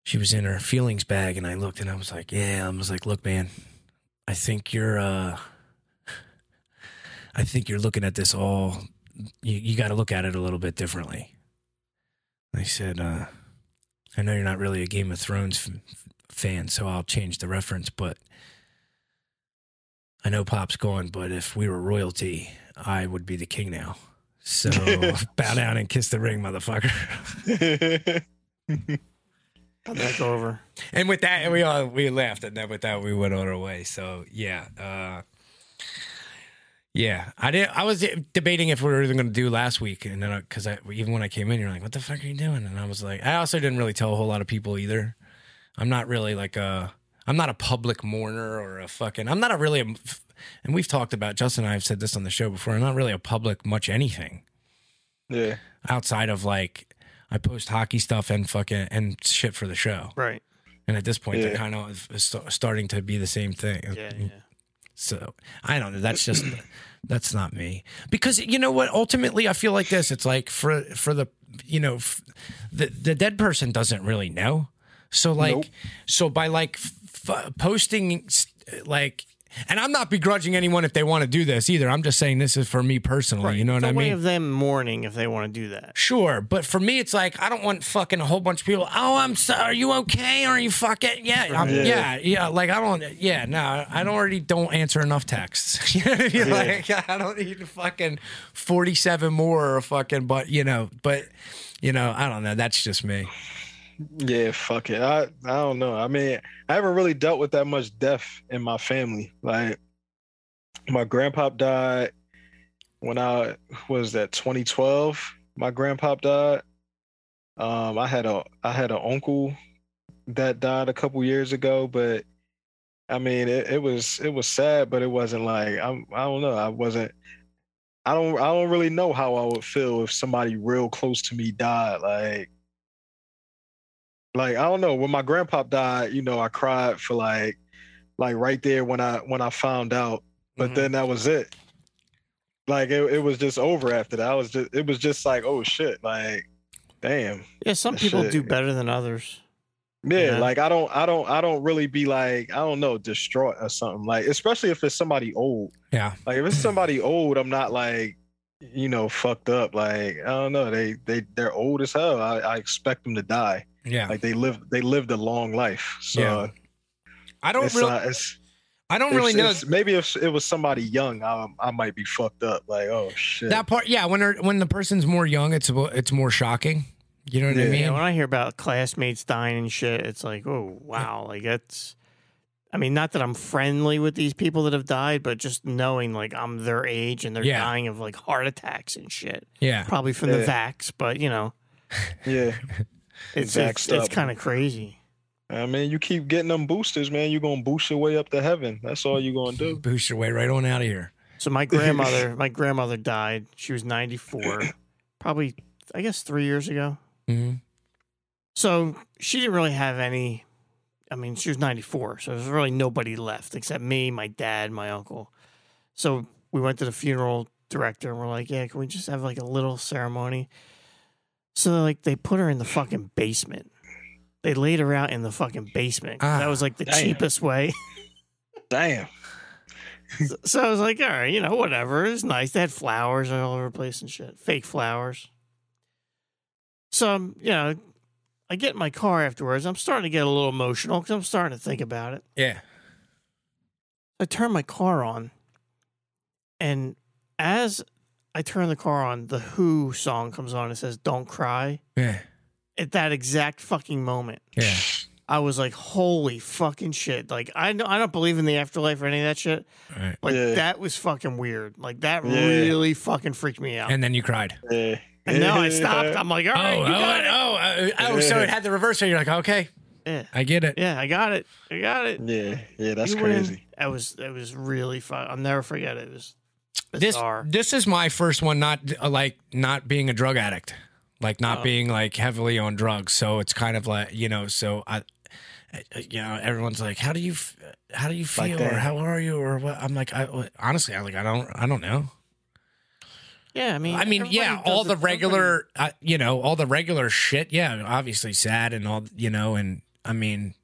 Speaker 2: she was in her feelings bag and I looked and I was like, yeah, I was like, look, man, I think you're, uh, I think you're looking at this all, you, you got to look at it a little bit differently. I said, uh, I know you're not really a Game of Thrones f- fan, so I'll change the reference, but I know Pop's gone, but if we were royalty, I would be the king now. So bow down and kiss the ring, motherfucker.
Speaker 4: How'd that go over?
Speaker 2: and with that, and we all we laughed, and then with that, we went on our way. So yeah, uh, yeah. I did. I was debating if we were even going to do last week, and then because I, even when I came in, you're like, "What the fuck are you doing?" And I was like, I also didn't really tell a whole lot of people either. I'm not really like a. I'm not a public mourner or a fucking. I'm not a really. A, and we've talked about Justin and I have said this on the show before. I'm not really a public much anything
Speaker 3: yeah.
Speaker 2: outside of like I post hockey stuff and fucking and shit for the show.
Speaker 4: Right.
Speaker 2: And at this point, they're
Speaker 3: Yeah.
Speaker 2: kind of st- starting to be the same thing.
Speaker 4: Yeah, yeah.
Speaker 2: So I don't know. That's just that's not me. Because you know what? Ultimately, I feel like this. It's like for for the you know f- the the dead person doesn't really know. So like
Speaker 3: Nope.
Speaker 2: so by like f- f- posting s- like. And I'm not begrudging anyone if they want to do this either. I'm just saying this is for me personally. You know what
Speaker 4: it's a
Speaker 2: I mean?
Speaker 4: way of them mourning if they want to do that.
Speaker 2: Sure, but for me, it's like I don't want fucking a whole bunch of people. Oh, I'm so. Are you okay? Are you fucking yeah? I'm- yeah,
Speaker 3: Yeah.
Speaker 2: yeah, Like I don't. Yeah, no, I don't already don't answer enough texts. *laughs* you know what I mean? Like I don't need fucking forty seven more or fucking. But you know, but you know, I don't know. That's just me.
Speaker 3: Yeah, fuck it. I I don't know. I mean, I haven't really dealt with that much death in my family. Like my grandpa died when I was that 2012. My grandpa died. Um, I had a I had an uncle that died a couple years ago, but I mean, it, it was it was sad, but it wasn't like I'm I don't know. I wasn't. I don't I don't really know how I would feel if somebody real close to me died. Like like I don't know when my grandpa died, you know, I cried for like like right there when I when I found out, but
Speaker 2: Mhm.
Speaker 3: then that was it. Like it, it was just over after that. I was just it was just like oh shit, like damn.
Speaker 4: Yeah, some
Speaker 3: That
Speaker 4: people
Speaker 3: shit-
Speaker 4: do better than others.
Speaker 3: Yeah,
Speaker 4: Yeah.
Speaker 3: like I don't I don't I don't really be like I don't know distraught or something. Like especially if it's somebody old.
Speaker 2: Yeah.
Speaker 3: Like if it's somebody old, I'm not like you know fucked up. Like I don't know, they they they're old as hell. I, I expect them to die.
Speaker 2: Yeah,
Speaker 3: Like they live they lived a long life. So
Speaker 2: Yeah. I don't
Speaker 3: it's
Speaker 2: really.
Speaker 3: not it's
Speaker 2: I don't
Speaker 3: If-
Speaker 2: really know.
Speaker 3: if- maybe if it was somebody young, I, I might be fucked up. Like, oh shit.
Speaker 2: That part, yeah. When they're- when the person's more young, it's a- it's more shocking. You know what I
Speaker 3: Yeah.
Speaker 2: mean?
Speaker 4: Yeah, when I hear about classmates dying and shit, it's like, oh wow, like that's. I mean, not that I'm friendly with these people that have died, but just knowing like I'm their age and they're
Speaker 2: Yeah.
Speaker 4: dying of like heart attacks and shit,
Speaker 2: yeah.
Speaker 4: probably from the vax. But you know,
Speaker 3: yeah.
Speaker 4: it's
Speaker 3: Vaxxed
Speaker 4: it's, it's
Speaker 3: up.
Speaker 4: kind of crazy.
Speaker 3: I mean, you keep getting them boosters, man. You're gonna boost your way up to heaven. That's all you're gonna do.
Speaker 2: Boost your way right on out of here.
Speaker 4: So my grandmother, my grandmother died. She was *clears throat* 94, probably I guess three years ago.
Speaker 2: hmm
Speaker 4: So she didn't really have any. I mean, she was 94, so there's really nobody left except me, my dad, my uncle. So we went to the funeral director and we're like, yeah, can we just have like a little ceremony? So like they put her in the fucking basement. They laid her out in the fucking basement. 'cause
Speaker 2: Ah,
Speaker 4: that was like the
Speaker 3: damn.
Speaker 4: cheapest way.
Speaker 3: Damn.
Speaker 4: so I was like, all right, you know, whatever. It's nice. They had flowers all over the place and shit, fake flowers. So, um, you know, I get in my car afterwards. I'm starting to get a little emotional because I'm starting to think about it.
Speaker 2: Yeah.
Speaker 4: I turn my car on, and as I turn the car on, the Who song comes on and says, Don't cry.
Speaker 2: Yeah.
Speaker 4: At that exact fucking moment,
Speaker 2: Yeah.
Speaker 4: I was like, holy fucking shit. Like, I, don't- I don't believe in the afterlife or any of that shit.
Speaker 2: All right.
Speaker 4: Like
Speaker 3: Yeah.
Speaker 4: that was fucking weird. Like that
Speaker 3: Yeah.
Speaker 4: really fucking freaked me out. And,
Speaker 2: And then you cried.
Speaker 3: Yeah.
Speaker 4: now I stopped. I'm like, all
Speaker 2: Oh,
Speaker 4: right,
Speaker 2: oh,
Speaker 4: you got it.
Speaker 2: oh, oh, oh, oh, so it had the reverse. So you're like, okay,
Speaker 4: Yeah,
Speaker 2: I get it.
Speaker 4: yeah, I got it. I got it.
Speaker 3: Yeah. Yeah. That's
Speaker 4: You win.
Speaker 3: crazy. *laughs*
Speaker 4: That was that was really fun. I'll never forget it. It was
Speaker 2: This
Speaker 4: bizarre.
Speaker 2: this is my first one not uh, like not being a drug addict, like
Speaker 4: Oh.
Speaker 2: not being like heavily on drugs. So it's kind of like you know. So I, I- you know, everyone's like, how do you, f- how do you
Speaker 3: Like
Speaker 2: feel, or
Speaker 3: that.
Speaker 2: how are you, or what? I'm like, I honestly, I like, I don't, I don't know.
Speaker 4: yeah, I mean,
Speaker 2: I mean, yeah,
Speaker 4: everybody
Speaker 2: all
Speaker 4: does
Speaker 2: the
Speaker 4: it differently.
Speaker 2: regular, uh, you know, all the regular shit. Yeah, obviously sad and all, you know, and I mean,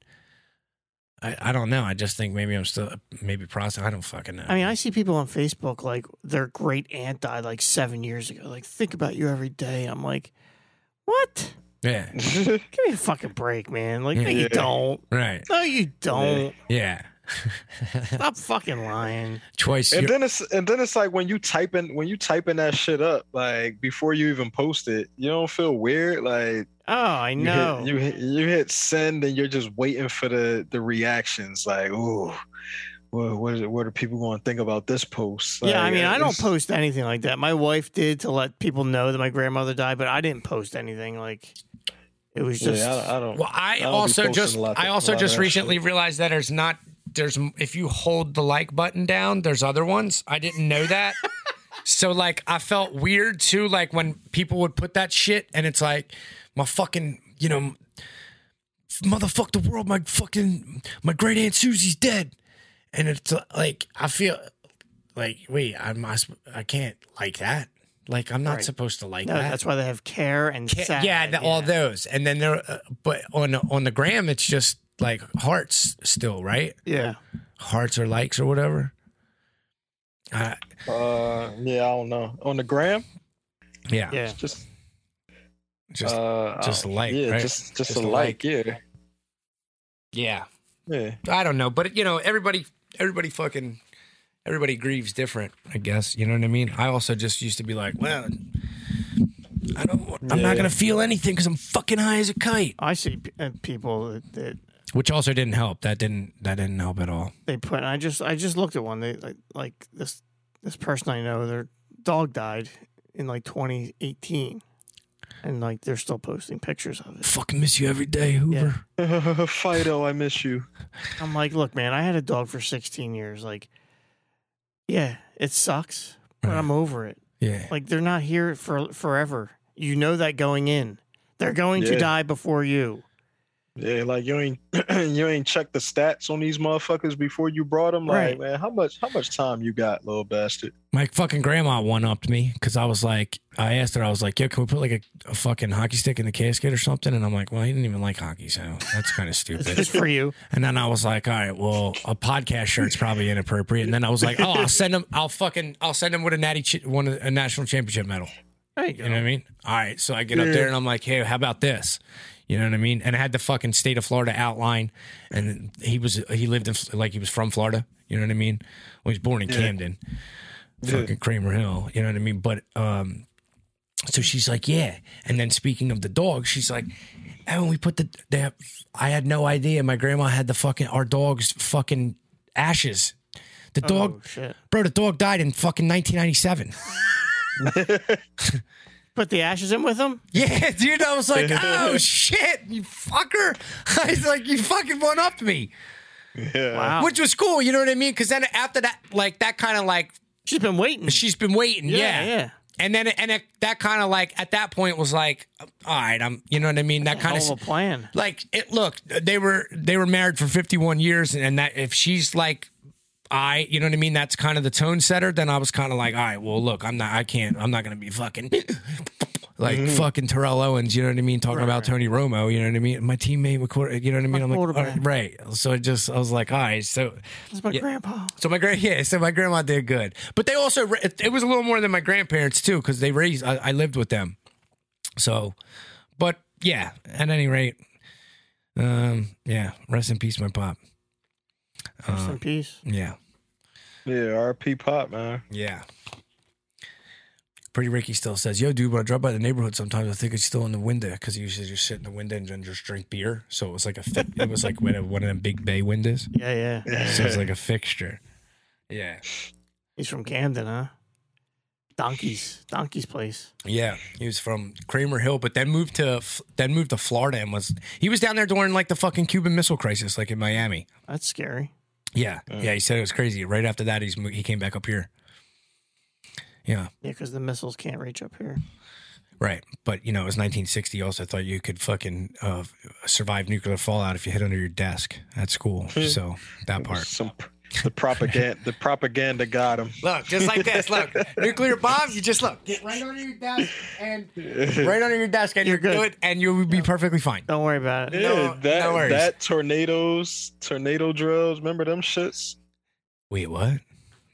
Speaker 2: I, I don't know. I just think maybe I'm still maybe process. I don't fucking know.
Speaker 4: I mean, I see people on Facebook like their great aunt died like seven years ago. Like, think about you every day. I'm like, what?
Speaker 2: yeah,
Speaker 4: Give me a fucking break, man. Like, no,
Speaker 2: Yeah.
Speaker 4: you don't.
Speaker 2: right,
Speaker 4: No, you don't.
Speaker 2: yeah.
Speaker 4: Stop fucking lying.
Speaker 2: Twice.
Speaker 3: And
Speaker 2: your-
Speaker 3: then it's and then it's like when you typing when you typing that shit up like before you even post it, you don't feel weird like
Speaker 4: Oh, I
Speaker 3: you
Speaker 4: know.
Speaker 3: hit, you hit you hit send and you're just waiting for the the reactions like ooh. What, what, is it, what are people going to think about this post?
Speaker 4: yeah, I
Speaker 3: Like,
Speaker 4: mean, I don't
Speaker 3: it's-
Speaker 4: post anything like that. My wife did to let people know that my grandmother died, but I didn't post anything. Like, it was just.
Speaker 3: yeah, I, I don't.
Speaker 2: Well, I
Speaker 3: That'll be
Speaker 2: also
Speaker 3: posting
Speaker 2: just
Speaker 3: a lot-
Speaker 2: I
Speaker 3: a
Speaker 2: also
Speaker 3: lot of
Speaker 2: just
Speaker 3: that
Speaker 2: recently realized that there's not there's if you hold the like button down, there's other ones. I didn't know
Speaker 3: *laughs*
Speaker 2: that. so like I felt weird too like when people would put that shit and it's like my fucking, you know, motherfuck the world, my fucking my great aunt Susie's dead. And it's like I feel like wait, I'm not sp- I can't like that. Like I'm not
Speaker 4: Right.
Speaker 2: supposed to like
Speaker 4: no,
Speaker 2: that.
Speaker 4: that's why they have care and
Speaker 2: Ca-
Speaker 4: sad.
Speaker 2: yeah, the, all those, and then there. Uh, but on on the gram, it's just like hearts still, right?
Speaker 4: Yeah.
Speaker 2: Hearts or likes or whatever. Uh,
Speaker 3: Uh, yeah, I don't know. On the gram,
Speaker 2: yeah,
Speaker 4: Yeah.
Speaker 3: just
Speaker 2: just
Speaker 3: uh,
Speaker 2: just
Speaker 3: I-
Speaker 2: a like,
Speaker 3: yeah,
Speaker 2: right?
Speaker 3: just, just
Speaker 2: Just
Speaker 3: a
Speaker 2: a
Speaker 3: like, yeah,
Speaker 2: yeah.
Speaker 3: yeah. *laughs*
Speaker 2: I don't know, but you know, everybody, everybody fucking, everybody grieves different. I guess you know what I mean. I also just used to be like, well, I don't. want- I'm
Speaker 3: Yeah.
Speaker 2: not gonna feel anything because I'm fucking high as a kite,
Speaker 4: I see p- uh, people that, that
Speaker 2: which also didn't help. That didn't. That didn't help at all.
Speaker 4: they put. I just I just looked at one. They like like this this person I know. Their dog died in like 2018, and like they're still posting pictures of it.
Speaker 2: Fucking miss you every day, Hoover.
Speaker 3: Fido, I miss you.
Speaker 4: I'm like, look, man, I had a dog for 16 years. Like, yeah, it sucks, but I'm over it.
Speaker 2: Yeah.
Speaker 4: Like they're not here for forever. You know that going in. They're going to
Speaker 3: Yeah.
Speaker 4: die before you.
Speaker 3: Yeah, like you ain't *clears throat* you ain't checked the stats on these motherfuckers before you brought them. Like,
Speaker 4: Right.
Speaker 3: man, how much how much time you got, little bastard?
Speaker 2: my fucking grandma one upped me because I was like, I asked her, I was like, yo, can we put like a, a fucking hockey stick in the casket or something? And I'm like, well, he didn't even like hockey, so that's kind of stupid.
Speaker 4: *laughs* It's for you.
Speaker 2: and then I was like, all right, well, a podcast shirt's probably inappropriate. And then I was like, oh, I'll send him, I'll fucking, I'll send him with a natty, ch- one a national championship medal.
Speaker 4: There you
Speaker 2: You know what I mean? All right. So I get up there and I'm like, hey, how about this? You know what I mean? And I had the fucking state of Florida outline. And he was, he lived in, like, he was from Florida. You know what I mean? Well, he was born in Camden, fucking Kramer Hill. You know what I mean? But, um, so she's like, yeah. And then speaking of the dog, she's like, and we put the, they have, I had no idea. My grandma had the fucking, our dog's fucking ashes. The
Speaker 4: Oh
Speaker 2: dog,
Speaker 4: shit!
Speaker 2: bro, the dog died in fucking 1997.
Speaker 4: Put the ashes in with them.
Speaker 2: Yeah, *laughs* dude, I was
Speaker 4: *laughs*
Speaker 2: like, oh shit, you fucker. *laughs* I was like, you fucking one upped me,
Speaker 3: Yeah,
Speaker 4: Wow.
Speaker 2: which was cool. You know what I mean? Because then after that, like that kind of like
Speaker 4: She's been waiting.
Speaker 2: she's been waiting. Yeah,
Speaker 4: Yeah, yeah.
Speaker 2: And then and it, that kind of like at that point was like, all right, I'm. You know what I mean? That kind
Speaker 4: Hell of a plan.
Speaker 2: like it look they were they were married for 51 years and that if she's like i you know what i mean that's kind of the tone setter then i was kind of like all right well look i'm not i can't i'm not gonna be fucking *laughs* like fucking terrell owens you know what i mean talking about tony romo you know what i mean my teammate McCour- you know what i mean i'm like all right,
Speaker 4: quarterback.
Speaker 2: right so it just i was like all right so
Speaker 4: That's my grandpa.
Speaker 2: so my grand, *laughs* yeah. So my grandma did good, but they also ra- it it was a little more than my grandparents too, because they raised. I, I lived with them, so. But yeah, at any rate, um, yeah. Rest in peace, my pop.
Speaker 4: Rest in peace.
Speaker 2: Yeah,
Speaker 3: yeah. R.P. Pop, man.
Speaker 2: yeah. Pretty Ricky still says, "Yo, dude, when I drive by the neighborhood, sometimes I think it's still in the window because he used to just sit in the window and then just drink beer. So it was like a, fi- it was like one of one of them big bay windows.
Speaker 4: Yeah, yeah.
Speaker 2: So it was like a fixture. Yeah,
Speaker 4: He's from Camden, huh? Donkey's Donkey's place.
Speaker 2: Yeah, he was from Kramer Hill, but then moved to then moved to Florida and was he was down there during like the fucking Cuban Missile Crisis, like in Miami.
Speaker 4: That's scary.
Speaker 2: Yeah, yeah. He said it was crazy. Right after that, he's mo- he came back up here. Yeah,
Speaker 4: Yeah, because the missiles can't reach up here.
Speaker 2: right. But you know, it was 1960. Also, thought you could fucking uh, survive nuclear fallout if you hid under your desk at school. so that part.
Speaker 3: Some The propaganda, the propaganda got him.
Speaker 2: Look, just like this. Look, nuclear bomb. You just look. Get right under your desk and right under your desk, and
Speaker 4: You're
Speaker 2: you're good,
Speaker 4: good.
Speaker 2: and you'll be perfectly fine.
Speaker 4: Don't worry about it.
Speaker 3: Yeah,
Speaker 2: No-
Speaker 3: that
Speaker 2: no worries.
Speaker 3: that tornadoes, tornado drills. Remember them shits?
Speaker 2: Wait, what?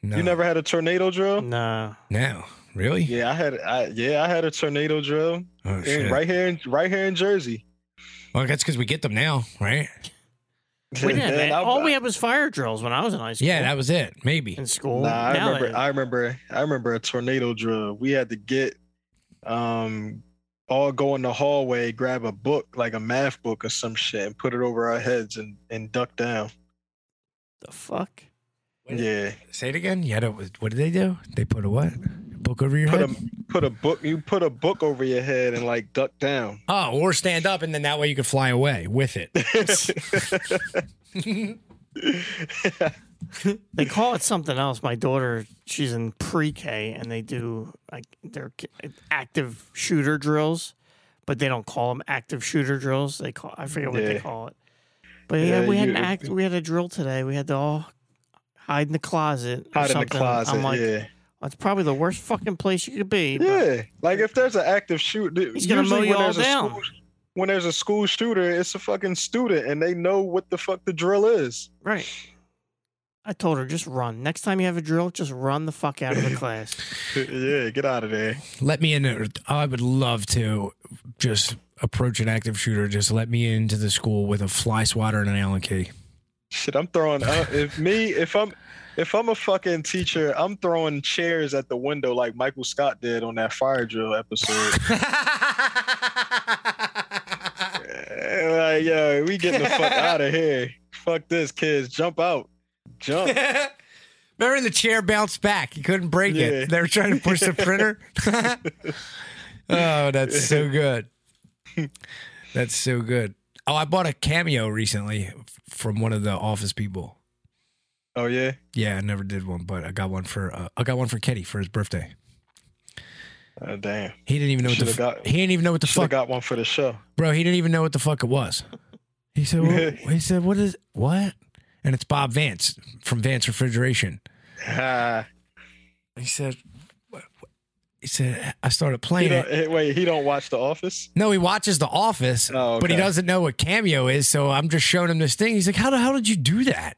Speaker 2: No,
Speaker 3: You never had a tornado drill?
Speaker 4: No.
Speaker 2: No, really?
Speaker 3: Yeah, I had. I, yeah, I had a tornado drill
Speaker 2: Oh,
Speaker 3: in-
Speaker 2: shit.
Speaker 3: right here, in, right here in Jersey.
Speaker 2: Well, that's because we get them now, right?
Speaker 3: *laughs*
Speaker 4: We didn't.
Speaker 3: And
Speaker 4: man.
Speaker 3: I-
Speaker 4: All we had was fire drills when I was in high school.
Speaker 2: Yeah, that was it. Maybe.
Speaker 4: in school.
Speaker 3: Nah, I
Speaker 4: Now
Speaker 3: remember.
Speaker 4: they-
Speaker 3: I remember. I remember a tornado drill. We had to get, um, all go in the hallway, grab a book like a math book or some shit, and put it over our heads and and duck down.
Speaker 4: the fuck?
Speaker 3: Yeah,
Speaker 2: Say it again. Yeah, that was, what did they do? They put a what? Book over your
Speaker 3: put
Speaker 2: head.
Speaker 4: *laughs*
Speaker 3: a put a book. You put a book over your head and like duck
Speaker 4: *laughs*
Speaker 3: down.
Speaker 2: Oh, or stand up, and then that way you could fly away with
Speaker 3: *laughs*
Speaker 2: it.
Speaker 4: They call it something else. My daughter, she's in pre-K, and they do like they're active shooter drills, but they don't call them active shooter drills. They call I forget what they
Speaker 3: Yeah.
Speaker 4: call it. But yeah,
Speaker 3: Yeah,
Speaker 4: we had
Speaker 3: you-
Speaker 4: an act. We had a drill today. We had to all hide in the closet. Or
Speaker 3: Out in the
Speaker 4: something.
Speaker 3: closet.
Speaker 4: I'm like,
Speaker 3: yeah,
Speaker 4: that's probably the worst fucking place you could be. but
Speaker 3: yeah. Like if there's an active shooter,
Speaker 4: He's gonna mow you all down.
Speaker 3: when there's a school shooter, it's a fucking student, and they know what the fuck the drill
Speaker 4: *laughs*
Speaker 3: is.
Speaker 4: Right. I told her just run. Next time you have a drill, just run the fuck out
Speaker 3: *laughs*
Speaker 4: of the class.
Speaker 3: yeah, get out of there.
Speaker 2: let me in. there. I would love to just approach an active shooter. Just let me into the school with a fly swatter and an Allen
Speaker 3: *laughs*
Speaker 2: key.
Speaker 3: Shit, I'm throwing. Uh, if me, if I'm, if I'm a fucking teacher, I'm throwing chairs at the window like Michael Scott did on that fire drill
Speaker 4: *laughs*
Speaker 3: episode. Eh, like, yo, we getting the fuck out of here. Fuck this, kids. Jump out.
Speaker 4: *laughs*
Speaker 3: Jump.
Speaker 2: *laughs* Remember the chair bounced back. You couldn't break
Speaker 3: Yeah.
Speaker 2: it. They were trying to push the
Speaker 3: *laughs*
Speaker 2: printer. oh, that's so good. That's so good. Oh, I bought a cameo recently from one of the office people.
Speaker 3: Oh yeah.
Speaker 2: Yeah, I never did one, but I got one for uh, I got one for Kitty for his birthday.
Speaker 3: Oh, damn.
Speaker 2: He didn't even know what the
Speaker 3: Should've
Speaker 2: f-
Speaker 3: got-
Speaker 2: he didn't even know what the
Speaker 3: Should have
Speaker 2: fuck
Speaker 3: got one for the show.
Speaker 2: bro. He didn't even know what the fuck it was. He said,
Speaker 3: *laughs*
Speaker 2: well, he said, what is what? And it's Bob Vance from Vance Refrigeration.
Speaker 3: Ha.
Speaker 2: He said, "What- what?" he said, I started
Speaker 3: He
Speaker 2: playing
Speaker 3: don't-
Speaker 2: it.
Speaker 3: eh, wait, he don't watch The Office. *laughs*
Speaker 2: No, he watches The Office,
Speaker 3: Oh,
Speaker 2: but he
Speaker 3: okay.
Speaker 2: doesn't know what cameo is. So I'm just showing him this thing. He's like, how the hell did you do that?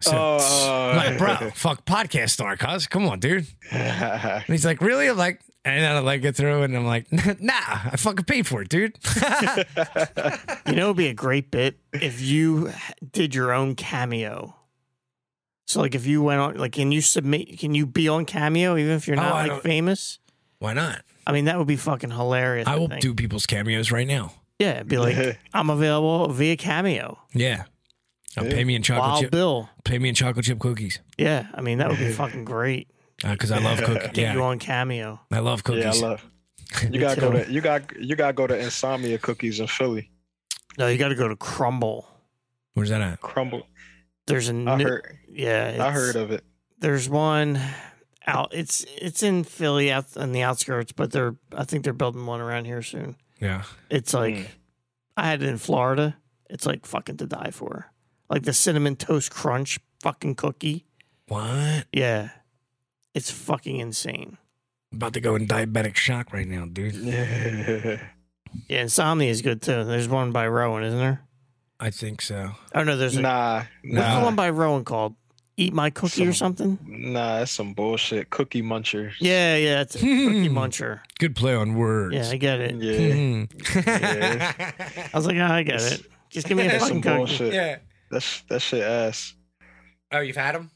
Speaker 2: So,
Speaker 3: Oh.
Speaker 2: I'm like, bro,
Speaker 3: *laughs*
Speaker 2: fuck podcast star, cuz. Come on, dude. And he's like, really? I'm like, and then I like get through and I'm like, *laughs* nah, I fucking paid for it, dude. *laughs*
Speaker 4: You know, it'd be a great bit if you h- did your own cameo. So, like, if you went on, like, can you submit? Can you be on cameo even if you're
Speaker 2: Oh,
Speaker 4: not
Speaker 2: I
Speaker 4: like
Speaker 2: don't-
Speaker 4: famous?
Speaker 2: Why not?
Speaker 4: I mean, that would be fucking hilarious.
Speaker 2: I will
Speaker 4: think.
Speaker 2: do people's cameos right now.
Speaker 4: Yeah, it'd be like I'm available via cameo.
Speaker 2: Yeah. Uh, Pay me in chocolate
Speaker 4: Wild
Speaker 2: chip.
Speaker 4: Bill.
Speaker 2: Pay me in chocolate chip cookies
Speaker 4: Yeah, I mean, that would be fucking great.
Speaker 2: because I
Speaker 3: *laughs*
Speaker 2: love cookies.
Speaker 4: Get you
Speaker 2: Yeah,
Speaker 4: on cameo.
Speaker 2: I love
Speaker 3: Yeah, I
Speaker 2: cookies.
Speaker 3: love. You gotta go to you got you gotta go to Insomnia Cookies in Philly.
Speaker 4: No, you got to go to Crumble.
Speaker 2: Where's that at?
Speaker 3: Crumble.
Speaker 4: There's a
Speaker 3: I
Speaker 4: new-
Speaker 3: heard.
Speaker 4: yeah.
Speaker 3: I
Speaker 4: it's-
Speaker 3: heard of it.
Speaker 4: there's one out it's it's in Philly out on the outskirts, but they're I think they're building one around here soon.
Speaker 2: Yeah,
Speaker 4: It's like
Speaker 3: Mm.
Speaker 4: I had it in Florida. It's like fucking to die for. Like the cinnamon toast crunch fucking cookie.
Speaker 2: what?
Speaker 4: Yeah. It's fucking insane.
Speaker 2: I'm about to go in diabetic shock right now, dude.
Speaker 3: *laughs*
Speaker 4: Yeah, insomnia is good too. There's one by Rowan, isn't there?
Speaker 2: I think so.
Speaker 4: Oh no, there's a,
Speaker 3: nah,
Speaker 4: what's the
Speaker 3: nah,
Speaker 4: one by Rowan called? Eat my cookie or something?
Speaker 3: nah. That's some bullshit. Cookie muncher.
Speaker 4: Yeah, yeah, it's a
Speaker 3: *laughs*
Speaker 4: cookie muncher.
Speaker 2: Good play on words. *laughs*
Speaker 4: Yeah, I get it.
Speaker 3: Yeah,
Speaker 2: Hmm.
Speaker 3: yeah.
Speaker 4: I was like, oh, I get it. Just give me a
Speaker 3: That's some
Speaker 4: fucking cookie.
Speaker 3: bullshit. That's that shit ass.
Speaker 2: Oh, you've had them.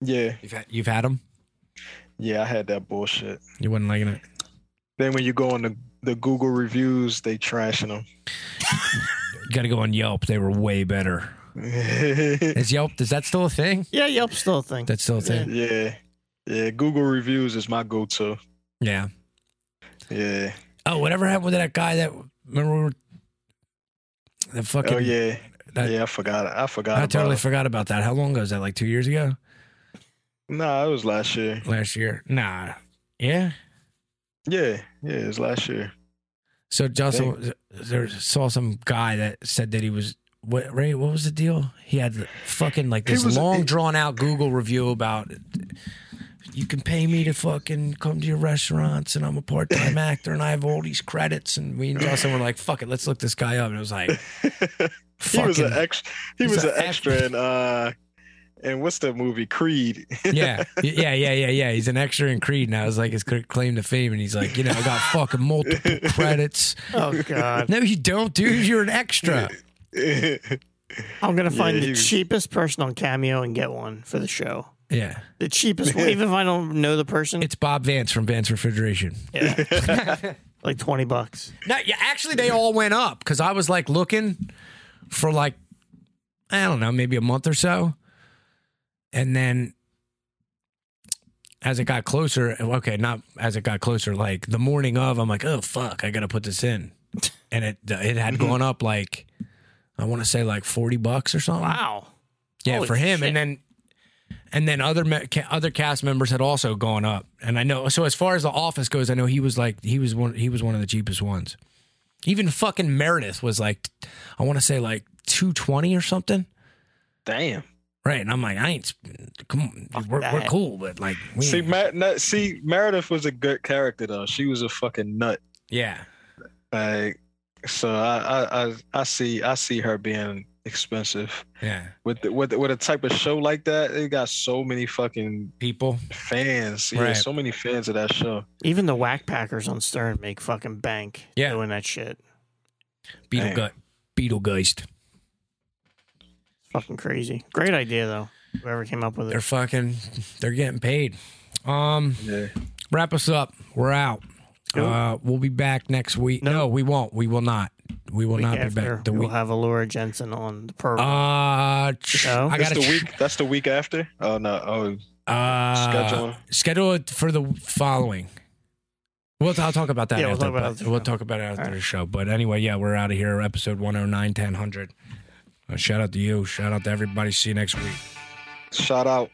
Speaker 3: Yeah,
Speaker 2: You've had you've had them.
Speaker 3: yeah. I had that bullshit.
Speaker 2: You wasn't liking it.
Speaker 3: Then when you go on the the Google reviews, they trashing them.
Speaker 2: You got to go on Yelp. They were way better.
Speaker 3: *laughs*
Speaker 2: Is Yelp? Is that still a thing?
Speaker 4: Yeah, Yelp's still a thing.
Speaker 2: That's still a thing.
Speaker 3: yeah, yeah. Google reviews is my go-to.
Speaker 2: Yeah.
Speaker 3: Yeah.
Speaker 2: Oh, whatever happened with that guy that remember we were the fucking
Speaker 3: Oh yeah.
Speaker 2: that-
Speaker 3: yeah, I forgot. I forgot.
Speaker 2: I
Speaker 3: about
Speaker 2: totally
Speaker 3: it.
Speaker 2: forgot about that. How long ago was that? Like two years ago?
Speaker 3: Nah, it was last year.
Speaker 2: Last year? Nah. Yeah.
Speaker 3: Yeah, yeah, it was last year. *laughs*
Speaker 2: So Justin there saw some guy that said that he was what Ray? What was the deal? He had fucking like this
Speaker 3: was-
Speaker 2: long drawn out Google review about you can pay me to fucking come to your restaurants and I'm a part
Speaker 3: *laughs*
Speaker 2: time actor and I have all these credits and we and Justin were like fuck it let's look this guy up and it was like
Speaker 3: *laughs* He was
Speaker 2: fucking
Speaker 3: an extra. He
Speaker 2: he's
Speaker 3: was
Speaker 2: a
Speaker 3: an extra in uh, and what's the movie Creed? *laughs*
Speaker 2: yeah yeah yeah yeah yeah he's an extra in Creed and I was like his claim to fame and he's like you know I got fucking
Speaker 3: *laughs*
Speaker 2: multiple credits
Speaker 4: Oh God!
Speaker 2: no you don't dude you're an
Speaker 3: *laughs*
Speaker 2: extra
Speaker 4: I'm gonna find
Speaker 3: Yeah,
Speaker 4: the
Speaker 3: he was-
Speaker 4: cheapest person on Cameo and get one for the show.
Speaker 2: yeah
Speaker 4: The cheapest, one, even if I don't know the person,
Speaker 2: it's Bob Vance from Vance Refrigeration
Speaker 4: like twenty bucks.
Speaker 2: No, yeah, actually, they all went up because I was like looking for like I don't know, maybe a month or so, and then as it got closer, okay, not as it got closer, like the morning of, I'm like, oh fuck, I gotta put this in, and it it had gone up like I want to say like forty bucks or something.
Speaker 4: Wow.
Speaker 2: Yeah,
Speaker 4: Holy
Speaker 2: for him,
Speaker 4: shit.
Speaker 2: and then and then other me- ca- other cast members had also gone up, and I know. So as far as the office goes, I know he was like he was one he was one of the cheapest ones. Even fucking Meredith was like, I want to say like two twenty or something,
Speaker 3: Damn.
Speaker 2: right? And I'm like, I ain't. sp- Come on, dude, we're, we're
Speaker 4: that.
Speaker 2: cool, but like, we
Speaker 3: See,
Speaker 2: ain't-
Speaker 3: Mer- no, see, Meredith was a good character though. She was a fucking nut.
Speaker 2: yeah,
Speaker 3: Like, so I, I, I, I see, I see her being expensive
Speaker 2: yeah,
Speaker 3: with the, with the- with a type of show like that. They got so many fucking
Speaker 2: people.
Speaker 3: fans. Yeah,
Speaker 2: Right.
Speaker 3: so many fans of that show.
Speaker 4: Even the whack packers on Stern make fucking bank
Speaker 2: Yeah.
Speaker 4: doing that shit.
Speaker 2: Beetle
Speaker 3: Damn.
Speaker 2: gut, Beetlegeist.
Speaker 4: Fucking crazy. Great idea though. Whoever came up with
Speaker 2: They're
Speaker 4: it.
Speaker 2: fucking. They're getting paid. Um.
Speaker 3: Yeah.
Speaker 2: wrap us up. We're out.
Speaker 4: Nope.
Speaker 2: Uh, we'll be back next week. No, we won't. We will not. We will
Speaker 4: Week
Speaker 2: not be
Speaker 4: after
Speaker 2: back the
Speaker 4: we'll
Speaker 2: week.
Speaker 4: have Alora Jensen on the program.
Speaker 2: uh, tch,
Speaker 4: No?
Speaker 2: I
Speaker 3: That's
Speaker 2: got
Speaker 3: the
Speaker 2: to
Speaker 3: week. That's the week after. Oh no. Oh,
Speaker 2: Uh,
Speaker 3: Schedule.
Speaker 2: schedule it for the following. We'll, I'll talk about that.
Speaker 4: Yeah, we'll
Speaker 2: after,
Speaker 4: talk about
Speaker 2: but
Speaker 4: it after the
Speaker 2: we'll
Speaker 4: show.
Speaker 2: talk about it after
Speaker 4: All right.
Speaker 2: the show. But anyway, yeah, we're out of here. Episode 109, 1000. Uh, shout out to you. Shout out to everybody. See you next week.
Speaker 3: shout out.